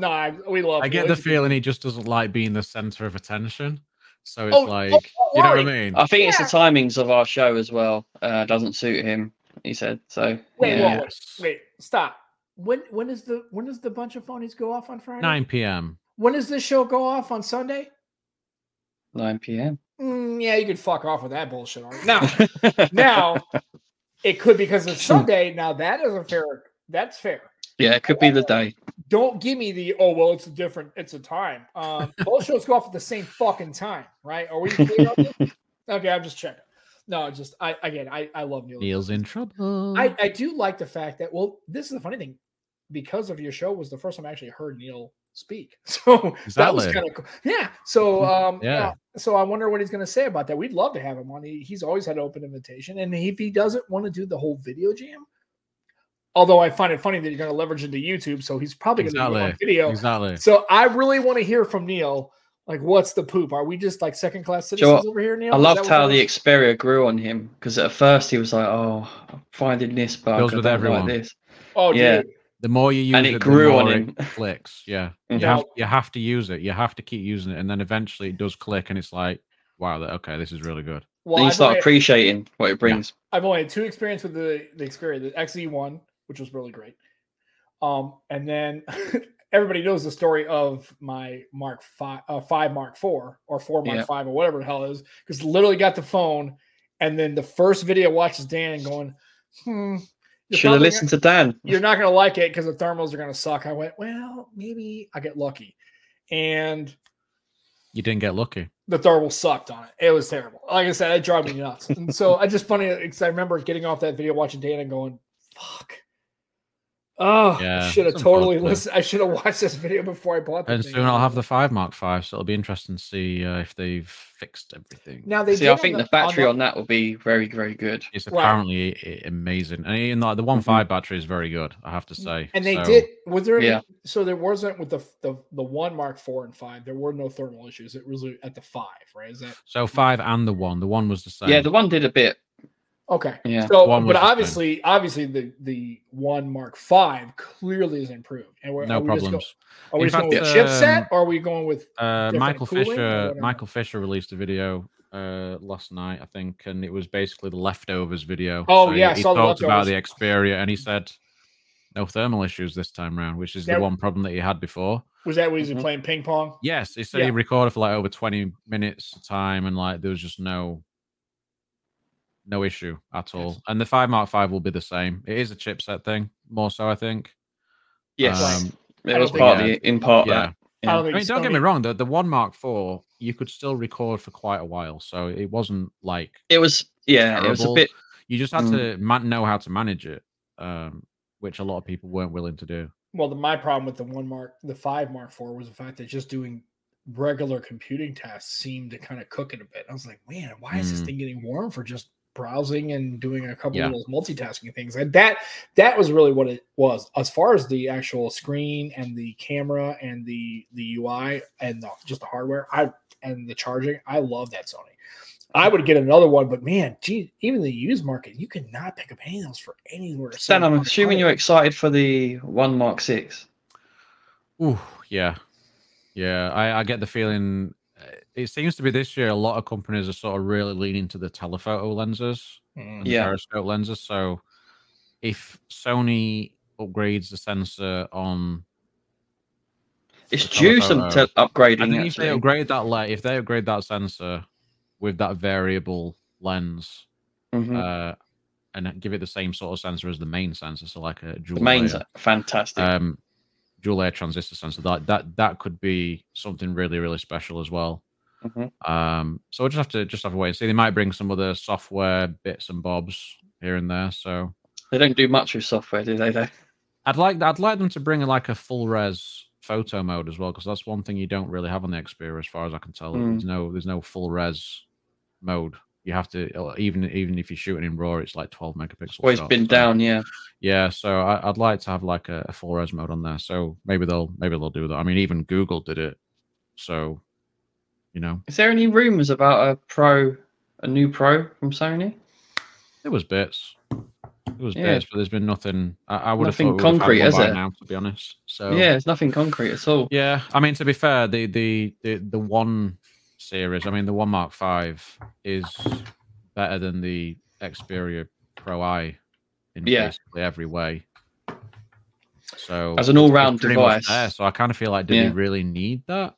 A: <laughs> no, I, we love.
C: I
A: him.
C: get the
A: He's-
C: feeling he just doesn't like being the center of attention. So it's
A: Oh, oh,
C: like,
A: don't
C: you know what I
A: worry.
C: mean?
B: I think it's the
A: Yeah.
B: timings of our show as well. Uh, doesn't suit him, he said. So,
A: Wait,
B: yeah.
A: whoa, Wait, stop. When when is the when does the bunch of phonies go off on Friday?
C: 9 p.m.
A: When does this show go off on Sunday? <laughs>
B: 9 p.m.
A: Mm, yeah, you could fuck off with that bullshit. already. Now,
C: <laughs>
A: now, it could because it's Sunday. Now that is a fair. That's fair.
B: <laughs> yeah, it could be the day.
A: don't give me the oh well it's a different it's a time um both shows go off at the same fucking time right are we clear on this? okay i'm just checking no just i again i i love neil
C: Neil's in trouble.
A: I, I do like the fact that well this is the funny thing because of your show was the first time i actually heard neil speak <laughs> so that was
C: Exactly.
A: kind of cool yeah so um <laughs> yeah.
C: Yeah.
A: so i wonder what he's going to say about that we'd love to have him on he, he's always had an open invitation and if he doesn't want to do the whole video jam although i find it funny that you're going to leverage into youtube so he's probably going to do it on
C: Exactly.
A: video
C: exactly.
A: so I really want to hear from Neil. Like, what's the poop? Are we just like second class
B: Joe,
A: citizens over here, Neil?
B: I
A: Is
B: loved
A: that what
B: how
A: that
B: the
A: is?
B: Xperia grew on him because at first he was like, "Oh, I'm finding this bug.
C: Goes
B: I
C: with
B: don't
C: everyone.
B: Like this."
A: oh, dude,
B: yeah.
C: The more you use
B: And it
C: it,
B: grew
C: the
B: on
C: more
B: him. <laughs>
C: it clicks. Yeah.
B: Mhm.
C: You, have, you have to use it. You have to keep using it. And then eventually it does click and it's like, wow, that- okay, this is really good.
A: Well,
B: then you
A: I've
B: start
A: only,
B: appreciating what it brings.
A: I've only had two experience with the the experience, the XE one, which was really great. Um, and then <laughs> everybody knows the story of my Mark five, uh, five Mark four or four Mark
B: Yeah.
A: five or whatever the hell it is, because literally got the phone, and then the first video watches Dan going, hmm. you're
B: Should have
A: probably-
B: listened to Dan.
A: you're not going to like it because the thermals are going to suck. I went, well, maybe I get lucky. And
C: You didn't get lucky.
A: the thermal sucked on it. It was terrible. Like I said, it drove me nuts. And so I just funny because I remember getting off that video, watching Dana and going, fuck. Oh, I
C: Yeah,
A: should have
C: it's
A: totally
C: unfortunate.
A: listened. I should have watched this video before I bought the
C: And
A: thing.
C: soon I'll have the 5 Mark 5, so it'll be interesting to see uh, if they've fixed everything.
A: Now they
B: See,
A: did
B: I
A: on
B: think the,
A: on
B: battery on that will be very, very good.
C: It's
A: Wow.
C: apparently i amazing, and even like the one
B: Mhm.
C: five battery is very good. I have to say.
A: Mm-hmm. Mm. And they
C: So,
A: did. Was there? Any,
B: Yeah.
A: So there wasn't with the, the the one Mark four and five. There were no thermal issues. It was at the five, right? Is that
C: So five and the one. The one was the same.
B: Yeah, the one did a bit.
A: Okay.
B: Yeah.
A: So,
C: One was
A: but
C: the same.
A: obviously, obviously, the the one Mark Five clearly is improved, and we're
C: no
A: are we just go-
C: problems.
A: are we
C: In
A: just going with
C: fact,
A: chipset,
C: um,
A: or are we going with?
C: Uh,
A: different
C: Michael
A: cooling or
C: Fisher.
A: whatever?
C: Michael Fisher released a video uh last night, I think, and it was basically the leftovers video.
A: Oh,
C: So
A: yeah, I
C: he, he
A: saw the
C: talked about the Xperia, and he said no thermal issues this time round, which is
A: Yeah.
C: the one problem that he had before.
A: Was that was he
B: Mhm.
A: playing ping pong?
C: Yes, he said
A: Yeah.
C: he recorded for like over twenty minutes time, and like there was just no. No issue at all, and the five Mark Five will be the same. It is a chipset thing, more so, I think.
B: Yes,
C: Um,
A: I
B: it was
A: don't
B: part
C: think-
B: of the in part
C: yeah,
B: that.
A: I
B: Yeah.
A: don't think.
C: I mean,
A: it's
C: don't
A: gonna
C: get
A: be-
C: me wrong. The the one Mark Four, you could still record for quite a while, so it wasn't like
B: It was yeah, it was a
C: Terrible.
B: bit
C: You just had
B: Mm.
C: to man- know how to manage it, um, which a lot of people weren't willing to do.
A: Well, the, my problem with the one mark, the five mark four was the fact that just doing regular computing tasks seemed to kind of cook it a bit. I was like, man, why is this
C: Mm.
A: thing getting warm for just browsing and doing a couple
C: Yeah.
A: of those multitasking things? And that that was really what it was. As far as the actual screen and the camera and the the UI and the, just the hardware, I and the charging, I love that Sony. I would get another one, but man, gee, even the used market, you could not pick up any of those for anywhere.
B: Stan, I'm
A: Some-
B: assuming you're excited for the One Mark Six.
C: Ooh, yeah, yeah. I, I get the feeling. uh, It seems to be this year a lot of companies are sort of really leaning to the telephoto lenses
A: Mm.
C: and the
B: Yeah.
C: periscope lenses. So if Sony upgrades the sensor on,
B: It's
C: The
B: due some
C: telephoto.
B: te- upgrading.
C: I think if
B: actually.
C: they upgrade that le- if they upgrade that sensor with that variable lens,
B: Mhm.
C: uh, and give it the same sort of sensor as the main sensor, so like a dual
B: the main's
C: layer.
B: fantastic.
C: um, dual layer transistor sensor. That that that could be something really really special as well.
B: Mhm.
C: Um, so we'll just have to just have a wait and see. They might bring some other software bits and bobs here and there. So
B: they don't do much with software, do they? Though?
C: I'd like I'd like them to bring like a full res photo mode as well because that's one thing you don't really have on the Xperia as far as I can tell.
B: Mm.
C: There's no there's no full res mode. You have to or even even if you're shooting in RAW, it's like 12 megapixels.
B: Always
C: shots,
B: been
C: so-
B: down, yeah.
C: Yeah, so I, I'd like to have like a, a full res mode on there. So maybe they'll maybe they'll do that. I mean, even Google did it. So, you know,
B: Is there any rumors about a pro, a new pro from Sony?
C: it was bits. It was
B: Yeah.
C: bits, but there's been nothing. I, I would
B: Nothing
C: have thought we would've had
B: concrete,
C: one
B: is
C: by
B: there?
C: Now, to be honest. So
B: Yeah, it's nothing concrete at all.
C: yeah. I mean, to be fair, the the the the one series. I mean, the one Mark Five is better than the Xperia Pro I in
B: Yeah.
C: basically every way. So
B: As an all-round
C: pretty much
B: device.
C: there, so I kind of feel like, do
B: Yeah.
C: they really need that?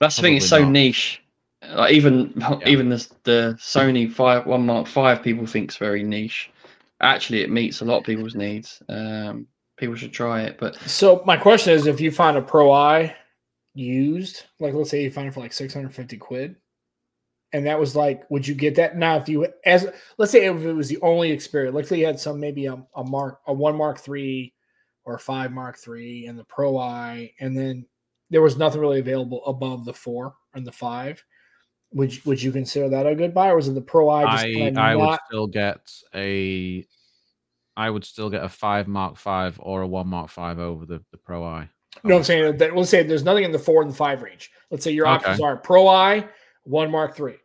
B: That's the thing; it's so
C: Probably not.
B: niche. Like even
C: Yeah.
B: even the the Sony Five One Mark Five people think's very niche. Actually, it meets a lot of people's needs. Um, people should try it, but
A: So my question is, if you find a Pro Eye used, like let's say you find it for like six hundred fifty quid, and that was like, would you get that now? If you as let's say if it was the only experience, like say you had some maybe a, a mark a one mark three or a five mark three and the Pro Eye, and then there was nothing really available above the four and the five. Would you, would you consider that a good buy, or was it the Pro Eye just
C: I
A: kinda
C: I, would
A: not-
C: still get a, I would still get a five Mark Five or a one Mark Five over the the Pro I.
A: You know what I'm saying? That, let's say there's nothing in the four and the five range. Let's say your options are Pro I, one Mark three,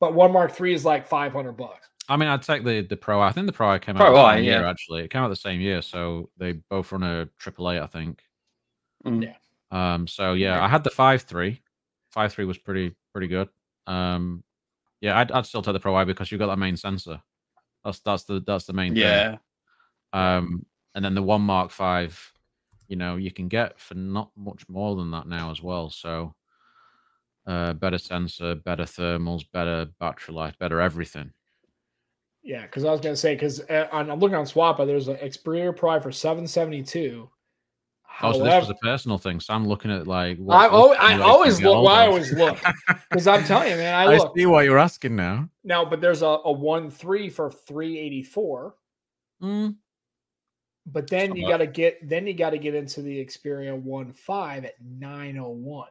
A: but one Mark three is like five hundred bucks.
C: I mean, I'd take the the Pro. I think the Pro I came out
B: Pro
C: the
B: I,
C: same year.
B: yeah.
C: Actually, it came out the same year, so they both run a triple eight, I think.
B: Mm.
A: Yeah.
C: Um. So yeah,
A: Okay.
C: I had the five three. Five three was pretty pretty good. Um. Yeah, I'd, I'd still take the Pro I because you've got that main sensor. That's that's the that's the main thing.
B: yeah,
C: Um, and then the one Mark Five, you know, you can get for not much more than that now as well. So, uh, better sensor, better thermals, better battery life, better everything.
A: Yeah, because I was gonna say because I'm looking on Swappa, there's an Xperia Pro I for seven seventy two.
C: Oh, so this was a personal thing. So I'm looking at like
A: I,
C: what's
A: al-
C: this
A: I
C: new
A: always
C: Xperia
A: look. Why I
C: older?
A: always look because I'm telling you, man.
C: <laughs>
A: I look
C: see what you're asking now.
A: now, but there's a, a one three for three eighty four.
C: Mm,
A: But then you
C: Somewhat.
A: got to get then you got to get into the Xperia One Five at nine oh
C: <sighs>
A: one.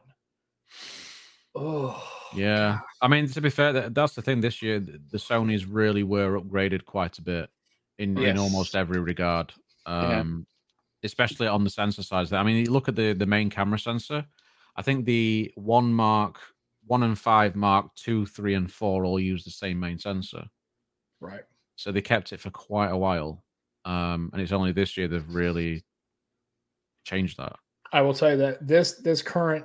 A: Oh
C: yeah, I mean to be fair, that, that's the thing. This year, th- the Sony's really were upgraded quite a bit in, in almost
B: Yes.
C: every regard.
B: Yeah.
C: Um, especially on the sensor side. I mean, you look at the the main camera sensor. I think the one mark, one and five mark, two, three, and four all use the same main sensor.
A: right.
C: So they kept it for quite a while, um, and it's only this year they've really changed that.
A: I will tell you that this this current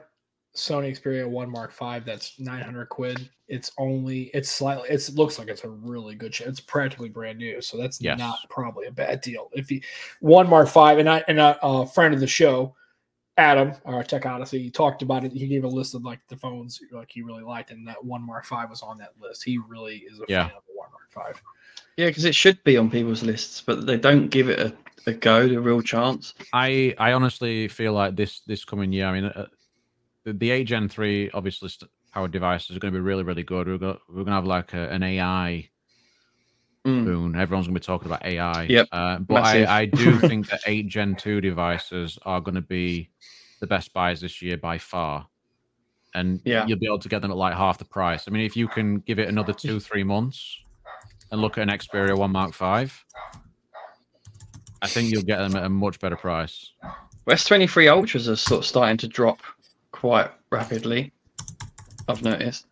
A: Sony Xperia One Mark Five that's nine hundred quid. It's only it's slightly it's looks like it's a really good. sh- It's practically brand new, so that's
C: Yes.
A: not probably a bad deal. If you One Mark Five and I and a, a friend of the show, Adam, our Tech Odyssey, he talked about it. He gave a list of like the phones like he really liked, and that One Mark Five was on that list. He really is a
C: Yeah.
A: fan of the One Mark Five.
B: yeah, because it should be on people's lists, but they don't give it a, a go, the real chance.
C: I I honestly feel like this this coming year. I mean, uh, the, the eight Gen three obviously st- powered devices are going to be really really good. We're going we're going to have like a, an AI
B: Mm.
C: boon. Everyone's going to be talking about AI.
B: Yep.
C: Uh, but
B: Massive.
C: I,
B: <laughs>
C: I do think that eight Gen 2 devices are going to be the best buys this year by far. And
B: Yeah.
C: you'll be able to get them at like half the price. I mean, if you can give it another two, three months and look at an Xperia 1 Mark 5, I think you'll get them at a much better price.
B: S twenty three ultras are sort of starting to drop quite rapidly. I've noticed.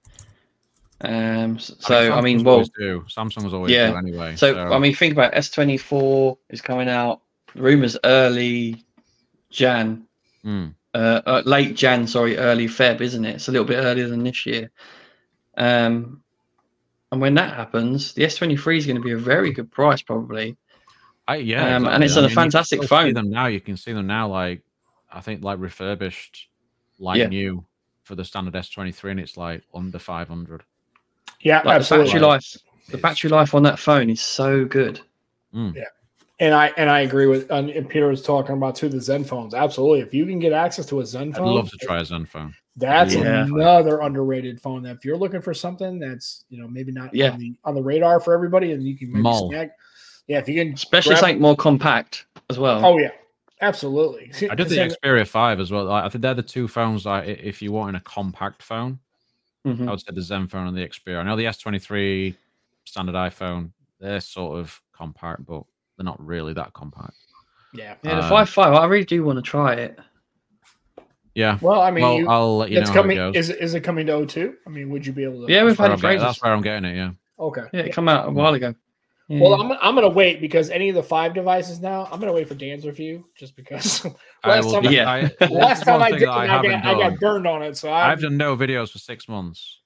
B: Um, s- so I
C: Samsung's
B: mean, well,
C: always do. Samsung's always
B: Yeah.
C: do anyway.
B: so I mean, think about S twenty four is coming out. Rumors early Jan,
C: mm,
B: uh, uh, late Jan, sorry, early Feb, isn't it? It's a little bit earlier than this year. Um, and when that happens, the S twenty three is going to be a very good price, probably.
C: I, yeah,
B: Um, and it's a
C: exactly. I mean, you can
B: fantastic
C: still see
B: phone.
C: Them now you can see them now, like I think, like refurbished, like
B: Yeah.
C: new for the standard S twenty three, and it's like under five hundred.
A: Yeah,
B: Like the
A: absolutely.
B: battery life, the battery life on that phone is so good.
A: And I and I agree with and and Peter was talking about too the Zen phones. Absolutely, if you can get access to a Zen
C: I'd
A: phone,
C: love to try a Zen phone.
A: That's
B: Yeah.
A: another underrated phone that if you're looking for something that's you know maybe not
B: Yeah.
A: on, the, on the radar for everybody, and you can maybe
C: Mall.
A: snag. Yeah, if you can.
B: especially
A: grab-
B: something more compact as well.
A: Oh yeah, absolutely. <laughs>
C: I did the
A: Zen-
C: Xperia five as well. Like, I think they're the two phones. Like i- if you want in a compact phone,
B: Mhm.
C: I would say the Zen phone and the Xperia. I know the S twenty three standard iPhone. They're sort of compact, but they're not really that compact.
A: yeah.
B: yeah, the
C: um,
B: five five. I really do want to try it.
C: Yeah.
A: Well, I mean,
C: well,
A: you,
C: I'll let you know
A: it's
C: how
A: coming.
C: it goes.
A: Is is it coming to O2? I mean, would you be able to?
B: Yeah, we've
C: Where
B: had
C: I'm
B: it for
C: getting-
B: ages.
C: that's where I'm getting it. Yeah.
A: Okay.
B: Yeah, it came out a while ago. Yeah.
A: Well, I'm, I'm gonna wait because any of the five devices now, I'm gonna wait for Dan's review just because <laughs> Last time I-
C: do-
B: Yeah. <laughs>
C: I,
A: last
C: last
A: time I
C: thing
A: did, it,
C: that
A: I,
C: I haven't
A: got, I got
C: done.
A: burned on it. So I,
C: I've done no videos for six months,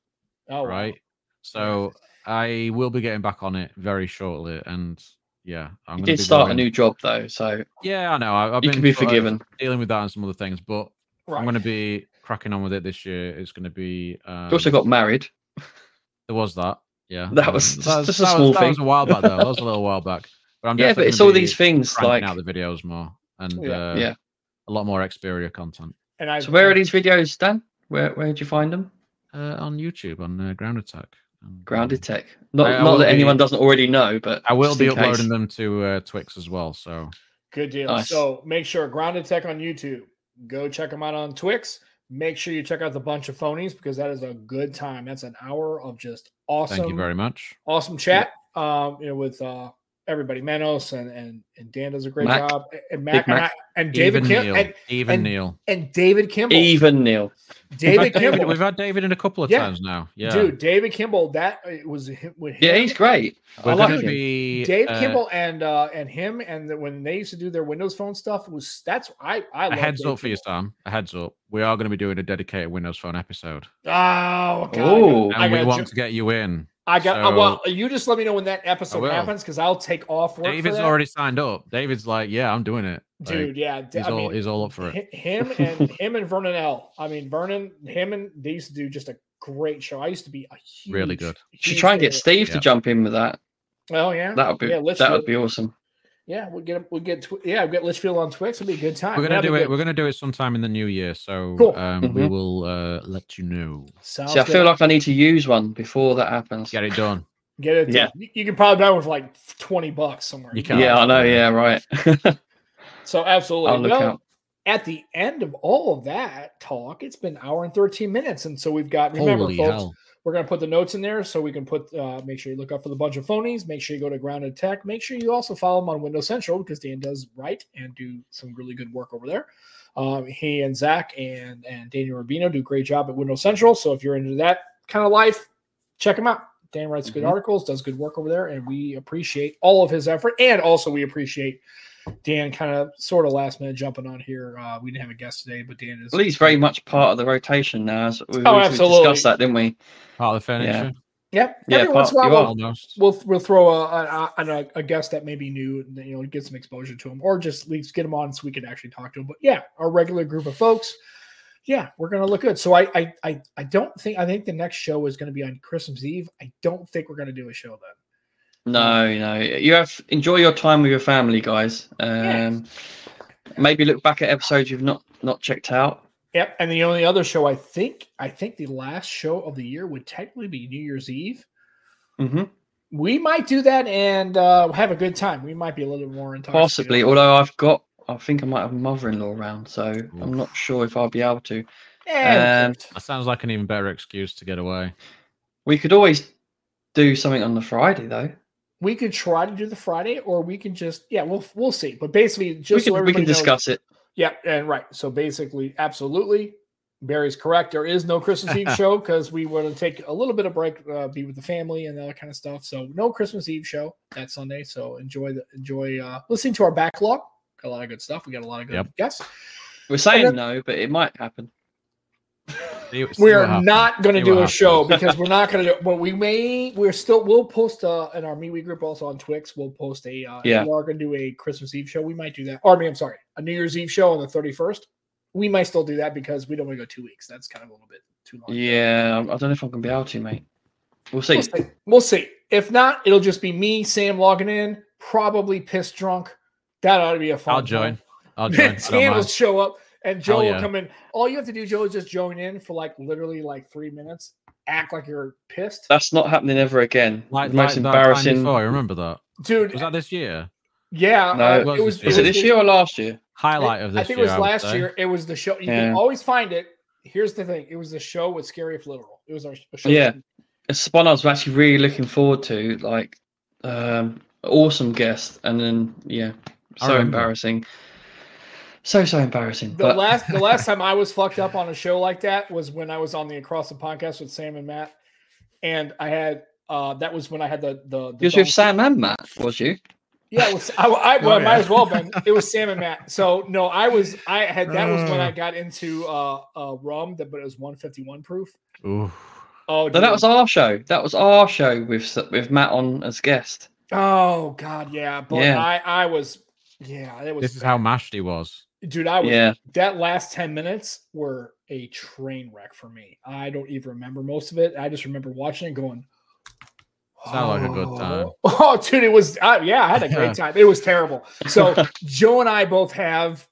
A: oh, wow.
C: right? So I will be getting back on it very shortly, and yeah, I'm
B: you
C: gonna
B: did
C: be
B: start a
C: going-
B: new job though, so
C: Yeah, I know. I, I've
B: you
C: been
B: can be
C: sort of
B: forgiven.
C: dealing with that and some other things, but
A: right.
C: I'm going to be cracking on with it this year. It's going to be. Um,
B: You also got married.
C: there was that. Yeah,
B: That
C: um,
B: was
C: that
B: just- just a
C: that
B: small
C: that was a
B: thing.
C: while back though. That was a little while back. But I'm
B: Yeah, but
C: definitely
B: it's
C: gonna
B: all
C: be
B: these things
C: cranking
B: like
C: out the videos more and
A: Yeah.
C: uh,
B: Yeah.
C: a lot more Xperia content.
A: And I
B: So where are
C: <laughs>
B: these videos, Dan? Where where did you find them?
C: uh, on YouTube on uh, Ground Attack. And,
B: Grounded
C: um,
B: Tech. Not
C: I- I
B: not
C: will
B: that
C: be-
B: anyone doesn't already know, but
C: I will
B: just
C: be
B: in case.
C: uploading them to uh, Twix as well. So
A: Good deal.
B: Nice.
A: So make sure Grounded Tech on YouTube. Go check them out on Twix. Make sure you check out the bunch of phonies because that is a good time. That's an hour of just awesome,
C: thank you very much.
A: awesome chat. Um, you know, with uh everybody, Manos and and and Dan does a great
B: Mac.
A: job, and Mac,
B: Big
A: and,
B: Mac.
A: I- and David
C: even
A: Kim
C: Neil,
A: and,
C: even
A: and
C: Neil,
A: and David Kimball,
B: Even Neil.
C: <laughs> We've
A: David
C: had
A: Kimball,
C: We've had David in a couple of
A: Yeah.
C: times now. Yeah,
A: dude, David Kimball. That it was him, with
B: Yeah,
A: him
B: he's great. I
C: we're
B: like
C: gonna
B: him.
C: be
A: Dave
C: uh,
A: Kimball and uh and him and the, when they used to do their Windows Phone stuff it was that's I I
C: A
A: love
C: heads
A: Dave
C: up for you,
A: Kimball.
C: Sam. A heads up. We are going to be doing a dedicated Windows Phone episode,
A: Oh, God,
B: Ooh.
A: I
C: and we
A: got,
C: want
A: ju-
C: to get you in.
A: I got uh,
C: so-
A: well. You just let me know when that episode
C: will.
A: happens because I'll take off work. for
C: David's
A: that.
C: already signed up. David's like, yeah, I'm doing it. Like,
A: dude. Yeah, d-
C: he's
A: I
C: all
A: mean,
C: he's all up for it.
A: hi- him
C: <laughs>
A: and him and Vernon L. I mean Vernon, him and they used to do just a great show. I used to be a huge,
C: Really good.
A: huge
B: Should try and get
A: fan.
B: Steve
C: Yeah.
B: to jump in with that.
A: Oh yeah,
B: That would be
A: Yeah, let's
B: that
A: do
B: would
A: it.
B: be awesome.
A: yeah. We'll get we'll get Twi- yeah. We'll get Litchfield on Twix. It'll be a good time.
C: We're gonna
A: That'll
C: do
A: be
C: it.
A: good.
C: We're gonna do it sometime in the new year. So
A: Cool.
C: um, we
B: Mhm.
C: will uh, let you know.
A: Sounds
B: See, I
A: good.
B: feel like I need to use one before that happens.
C: Get it done.
A: Get it?
B: Yeah.
A: You, you can probably buy one for like twenty bucks somewhere.
C: You can.
B: Yeah, I know. Yeah,
C: Yeah.
B: right. <laughs>
A: So absolutely.
B: I'll look
A: Well,
B: out.
A: At the end of all of that talk, it's been hour and thirteen minutes, and so we've got. Remember,
C: Holy
A: folks,
C: hell!
A: we're gonna put the notes in there so we can put. Uh, make sure you look up for the bunch of phonies. Make sure you go to Grounded Tech. Make sure you also follow him on Windows Central because Dan does write and do some really good work over there. Um, he and Zach and and Daniel Rubino do a great job at Windows Central. So if you're into that kind of life, check him out. Dan writes good
B: Mhm.
A: articles, does good work over there, and we appreciate all of his effort. And also, we appreciate Dan kind of sort of last minute jumping on here. Uh, we didn't have a guest today, but Dan is
B: Well, he's very much part of the rotation now. As we
A: Oh,
B: originally
A: absolutely.
B: discussed that, didn't we?
C: Part of the furniture.
A: Yep.
B: Yeah,
A: Every once in a while,
B: Pop, you
A: we'll-
B: are.
C: Almost.
A: Oh, we'll we'll throw a a, a- a a guest that may be new and you know get some exposure to him or just at least get him on so we can actually talk to him but yeah our regular group of folks yeah we're gonna look good so i i i, I don't think i think the next show is gonna be on christmas eve i don't think we're gonna do a show then
B: No, no. You have enjoy your time with your family, guys. Um, Maybe look back at episodes you've not not checked out.
A: Yep, and the only other show I think I think the last show of the year would technically be New Year's Eve,
B: hmm
A: We might do that and uh, have a good time. We might be a little bit more intoxicated.
B: Possibly, although I've got, I think I might have mother-in-law around, so I'm not sure if I'll be able to.
A: Eh,
B: Um,
C: That sounds like an even better excuse to get away.
B: We could always do something on the Friday, though.
A: we could try to do the Friday, or we can just yeah, we'll we'll see. But basically, just
B: we can,
A: so
B: we can
A: everybody knows-
B: discuss it.
A: Yeah, and right. So basically, absolutely, Barry's correct. There is no Christmas
B: <laughs>
A: Eve show because we want to take a little bit of break, uh, be with the family, and all that kind of stuff. So no Christmas Eve show that Sunday. So enjoy the enjoy uh, listening to our backlog. Got a lot of good stuff. We got a lot of good
C: Yep.
A: guests.
B: We're saying
A: then-
B: no, but it might happen.
C: See- see
A: We
C: what
A: are
C: happens.
A: not going to
C: See
A: do
C: what
A: a show <laughs>
C: happens.
A: because we're not going to do. Well, we may. We're still. We'll post uh, in our MeWe group also on Twix. We'll post a. Uh, if
B: Yeah.
A: We are going to do a Christmas Eve show. We might do that. Or I mean, I'm sorry, a New Year's Eve show on the 31st. We might still do that because we don't want to go two weeks. That's kind of a little bit too long.
B: Yeah, I don't know if I'm going to be able to, mate. We'll
A: Oh,
B: see.
A: We'll see. We'll see. If not, it'll just be me, Sam logging in, probably pissed drunk. That ought to be a fun.
C: I'll join.
A: time. <laughs>
C: I'll join. I don't
A: Dan will
C: mind.
A: show up and Joe
C: Hell
A: will
C: yeah.
A: come in. All you have to do, Joe, is just join in for like literally like three minutes. Act like you're pissed.
B: That's not happening ever again.
C: Like,
B: the most
C: like that time
B: embarrassing.
C: before, I remember that.
A: Dude,
C: Was that this year?
A: yeah.
B: No,
A: uh,
B: it
A: it
C: wasn't
A: was,
C: this
B: Is it this
A: the-
B: year or last year?
C: Highlight of this
A: I think
C: year.
A: it was
C: would
A: last
C: say.
A: year. It was the show. You
B: Yeah.
A: can always find it. Here's the thing it was the show with Scary if Literal. It was our a show.
B: Yeah. It's one I was actually really looking forward to. Like, um, awesome guest, and then yeah,
C: I
B: so
C: remember.
B: embarrassing. So so embarrassing.
A: The
B: but
A: last the
B: <laughs>
A: last time I was fucked up on a show like that was when I was on the Across the Podcast with Sam and Matt, and I had uh that was when I had the the, the
B: you was
A: dong-
B: with Sam and Matt, was you?
A: yeah it was, I, I, well,
C: Oh,
A: I might
C: yeah.
A: as well been it was Sam and Matt so no I was I had that was when I got into uh uh rum that but it was one fifty one proof
C: Ooh.
A: oh
B: No,
A: dude.
B: that was our show. That was our show with s- with Matt on as guest.
A: oh god yeah but
B: Yeah.
A: I I was yeah it was
C: This is how mashed he was.
A: dude I was
B: Yeah,
A: that last 10 minutes were a train wreck for me. I don't even remember most of it. I just remember watching it going,
C: Sounded like a good time.
A: Oh, <laughs> oh, dude, it was, I, yeah, I had a
C: <laughs>
A: great time. It was terrible.
B: <laughs>
A: So, Joe and I both have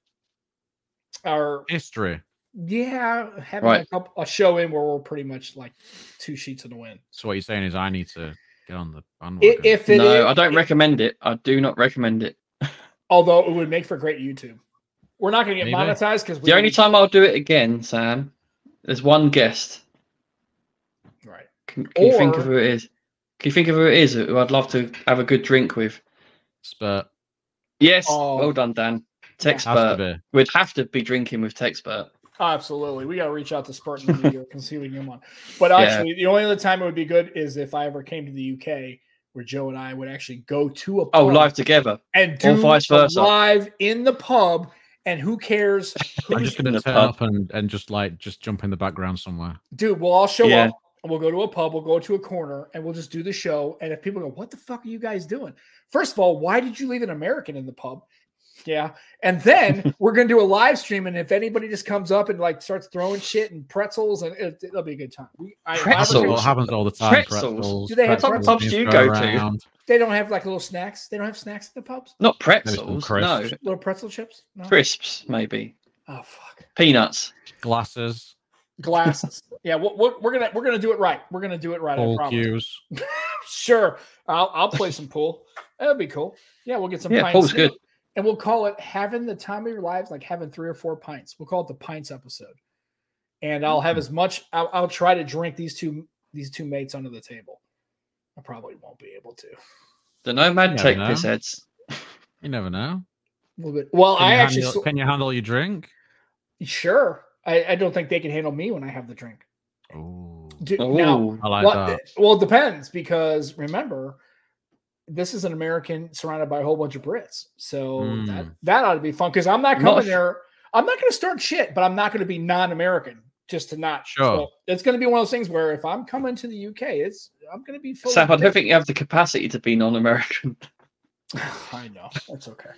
A: our,
C: History.
A: yeah, having
B: Right.
A: a, couple, a show in where we're pretty much like two sheets in the wind.
C: So what you're saying is I need to get on the
A: I-
C: bandwagon.
A: If it
B: Oh no,
A: is-
B: I don't
A: it-
B: recommend it. I do not recommend it.
A: although it would make for great YouTube. We're not going to get
C: Maybe.
A: monetized because
B: The only time I'll do it again, Sam, there's one guest.
A: right.
B: Can, can you think of
A: Or-
B: who it is? Can you think of who it is who I'd love to have a good drink with?
C: Spurt
B: Yes,
A: Oh.
B: well done, Dan.
A: Yeah.
B: Texpert.
C: has to be.
B: We'd have to be drinking with Texpert.
A: Absolutely. We got to reach out to Spartan in the year and see what you want. But actually, the only other time it would be good is if I ever came to the UK where Joe and I would actually go to a pub
B: Oh, live together.
A: and do
B: vice
A: a
B: versa.
A: live in the pub. And who
B: <laughs>
A: cares?
C: I'm
A: who's-
C: just going
B: in
C: to
B: the
C: turn
B: pub.
C: up and, and just like just jump in the background somewhere.
A: Dude, we'll all show
B: Yeah.
A: up. and We'll go to a pub. We'll go to a corner and we'll just do the show. And if people go, what the fuck are you guys doing? First of all, why did you leave an American in the pub? Yeah. And then we're going to do a live stream. And if anybody just comes up and like starts throwing shit and pretzels, and it, it'll be a good time. We, I, if I ever
C: That's
A: came-
C: what
B: Pretzels.
C: happens all the time.
B: Pretzels.
C: Pretzels.
A: Do they have
C: pretzels
B: pretzels?
C: being
B: Do you
C: thrown
B: go to?
C: around.
A: They don't have like little snacks. They don't have snacks at the pubs.
B: Not
C: some
B: pretzels. No,
C: crisps.
A: Little pretzel chips. No?
B: crisps maybe.
A: Oh fuck.
B: Peanuts.
C: Glasses,
A: Glasses. yeah, we're, we're, we're gonna we're gonna do it right. We're gonna do it right. I
C: pool
A: promise.
C: cues.
A: Sure. I'll I'll play some pool. That'd be cool. Yeah, we'll get some.
B: Yeah,
A: pints
B: pool's
A: in.
B: good.
A: And we'll call it having the time of your lives, like having three or four pints. We'll call it the pints episode. And I'll
B: Mm-hmm.
A: have as much. I'll, I'll try to drink these two these two mates under the table. I probably won't be able to.
B: The Nomad
C: Yeah,
B: Tech
C: no.
B: piss heads.
C: You never know.
A: A little bit. Well,
C: Can,
A: I
C: you
A: actually
C: handle,
A: sl-
C: can you handle your drink?
A: sure. I, I don't think they can handle me when I have the drink.
C: Ooh,
A: Do, now,
B: Oh,
C: I like uh,
A: well,
C: that.
A: it- well, it depends because remember, this is an American surrounded by a whole bunch of Brits, so that
C: Mm.
A: that ought to be fun. Because I'm not
B: Not
A: coming
B: if-
A: there. I'm not going to start shit, but I'm not going to be non-American just to not.
C: Sure.
A: So it's going to be one of those things where if I'm coming to the UK, it's I'm going to be. full of
B: Sam, I don't
A: Brits.
B: think you have the capacity to be non-American.
A: <sighs>
B: <laughs>
A: I know that's okay.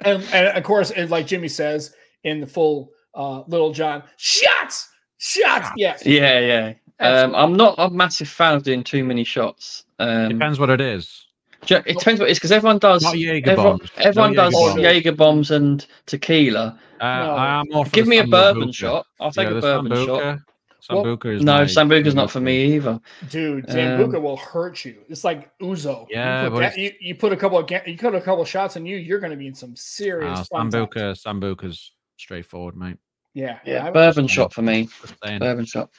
A: and, and of course, and like Jimmy says in the full uh, Little John, shots,
C: Ah,
A: shots. Yes,
B: yeah, yeah. Um, I'm not a massive fan of doing too many shots. Um,
C: Depends what it is.
B: ju- it depends what it is because everyone does.
C: Not Jaeger
B: Everyone,
C: bombs.
B: everyone
C: Not
B: does
C: Jaeger
A: bombs.
B: Jaeger bombs and tequila.
C: Uh, I am more for
B: Give
C: the
B: me a
C: standard
B: bourbon
C: hookah.
B: shot. I'll take
C: Yeah,
B: a
C: the
B: bourbon shot.
C: Sambuca,
A: Well,
C: Sambuca is
B: no,
C: my-
B: Sambuca's not for me either.
A: Dude, Zambuca will hurt you. It's like Uzo.
C: Um, Yeah,
A: you put,
C: but
A: that-
C: it's-
A: you, you put a couple of ga- you put a couple of shots on you, you're going to be in some serious.
C: Uh,
A: fun times.
C: Sambuca, Sambuca's straightforward, mate.
A: Yeah,
B: Yeah,
A: I-
B: bourbon shot for me.
C: Just saying.
B: Bourbon shot.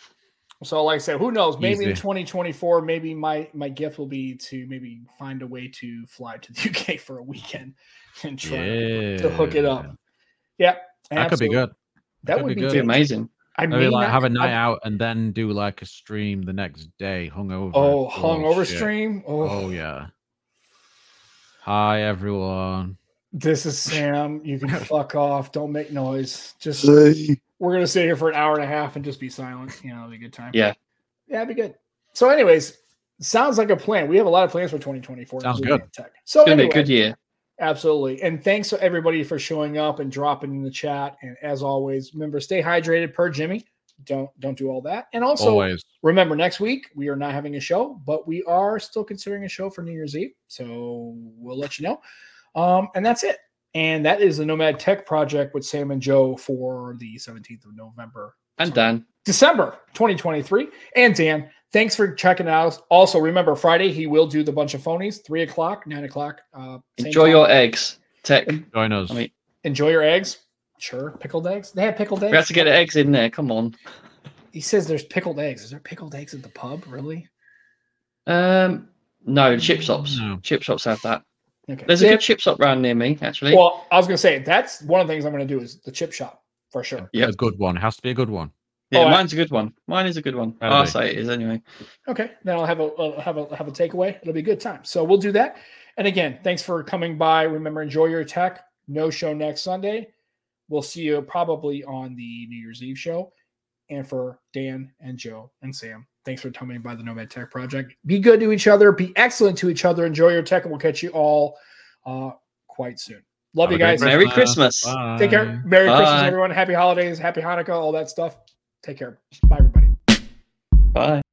A: So, like I said, who knows? Maybe in
C: Easy.
A: 2024, maybe my my gift will be to maybe find a way to fly to the <laughs> UK for a weekend and try to hook it up. Yeah,
C: That could be
A: absolutely.
C: good.
A: That
C: could
A: would
C: be
A: be
C: good.
B: It'd be
A: good.
B: amazing.
A: I
C: Maybe
A: may
C: like
A: not-
C: have a night
A: I-
C: out and then do like a stream the next day, hungover.
A: Oh,
C: Oh,
A: hungover
C: shit.
A: stream. Oh,
C: Oh yeah. Hi everyone.
A: this is Sam. You
C: <laughs>
A: can fuck off. Don't make noise. Just
B: That'd
A: we're gonna sit here for an hour and a half and just be silent. You know, it'll be a good time.
B: Yeah.
A: yeah, it'd be good. So, anyways, sounds like a plan. We have a lot of plans for 2024.
C: Sounds
A: including
C: good.
A: Tech. So
B: be a
A: anyway.
B: good year.
A: Absolutely. And thanks to everybody for showing up and dropping in the chat. And as always, remember stay hydrated per Jimmy. Don't don't do all that. And also
C: Always.
A: remember next week we are not having a show, but we are still considering a show for New Year's Eve. So we'll let you know. Um, and that's it. And that is the Nomad Tech Project with Sam and Joe for the 17th of November
B: And Dan.
A: December 2023. And Dan, thanks for checking it out. Also, remember Friday, he will do the bunch of phonies, three o'clock, nine o'clock. Uh, same
B: Enjoy
A: time.
B: your eggs. Tech.
C: Join us.
B: I mean,
A: enjoy your eggs. Sure, pickled eggs. They have pickled
B: we have
A: eggs.
B: to get the eggs in there. Come on.
A: He says there's pickled eggs. Is there pickled eggs at the pub? Really?
B: Um, no, the chip shops.
C: No.
B: Chip shops have that.
A: Okay.
B: There's a good chip shop round near me, actually.
A: well, I was gonna say that's one of the things I'm gonna do is the chip shop for sure.
B: Yep.
C: A good one. Has to be a good one.
B: yeah,
A: oh, I-
B: mine's a good one. Mine is a good one.
C: That'll
B: I'll
C: be.
B: say it is anyway.
A: Okay, then I'll have a I'll have a have a takeaway. It'll be a good time. So we'll do that. And again, thanks for coming by. Remember, enjoy your tech. No show next Sunday. We'll see you probably on the New Year's Eve show. And for Dan and Joe and Sam, thanks for coming by the Nomad Tech Project. Be good to each other. Be excellent to each other. Enjoy your tech, and we'll catch you all uh, quite soon. Love
C: Have a
A: you
C: great
A: guys.
B: Merry Christmas.
A: Take
C: Bye.
A: care. Merry Christmas,
B: Bye.
A: everyone. Happy holidays. Happy Hanukkah. All that stuff. Take care. Bye, everybody.
B: Bye.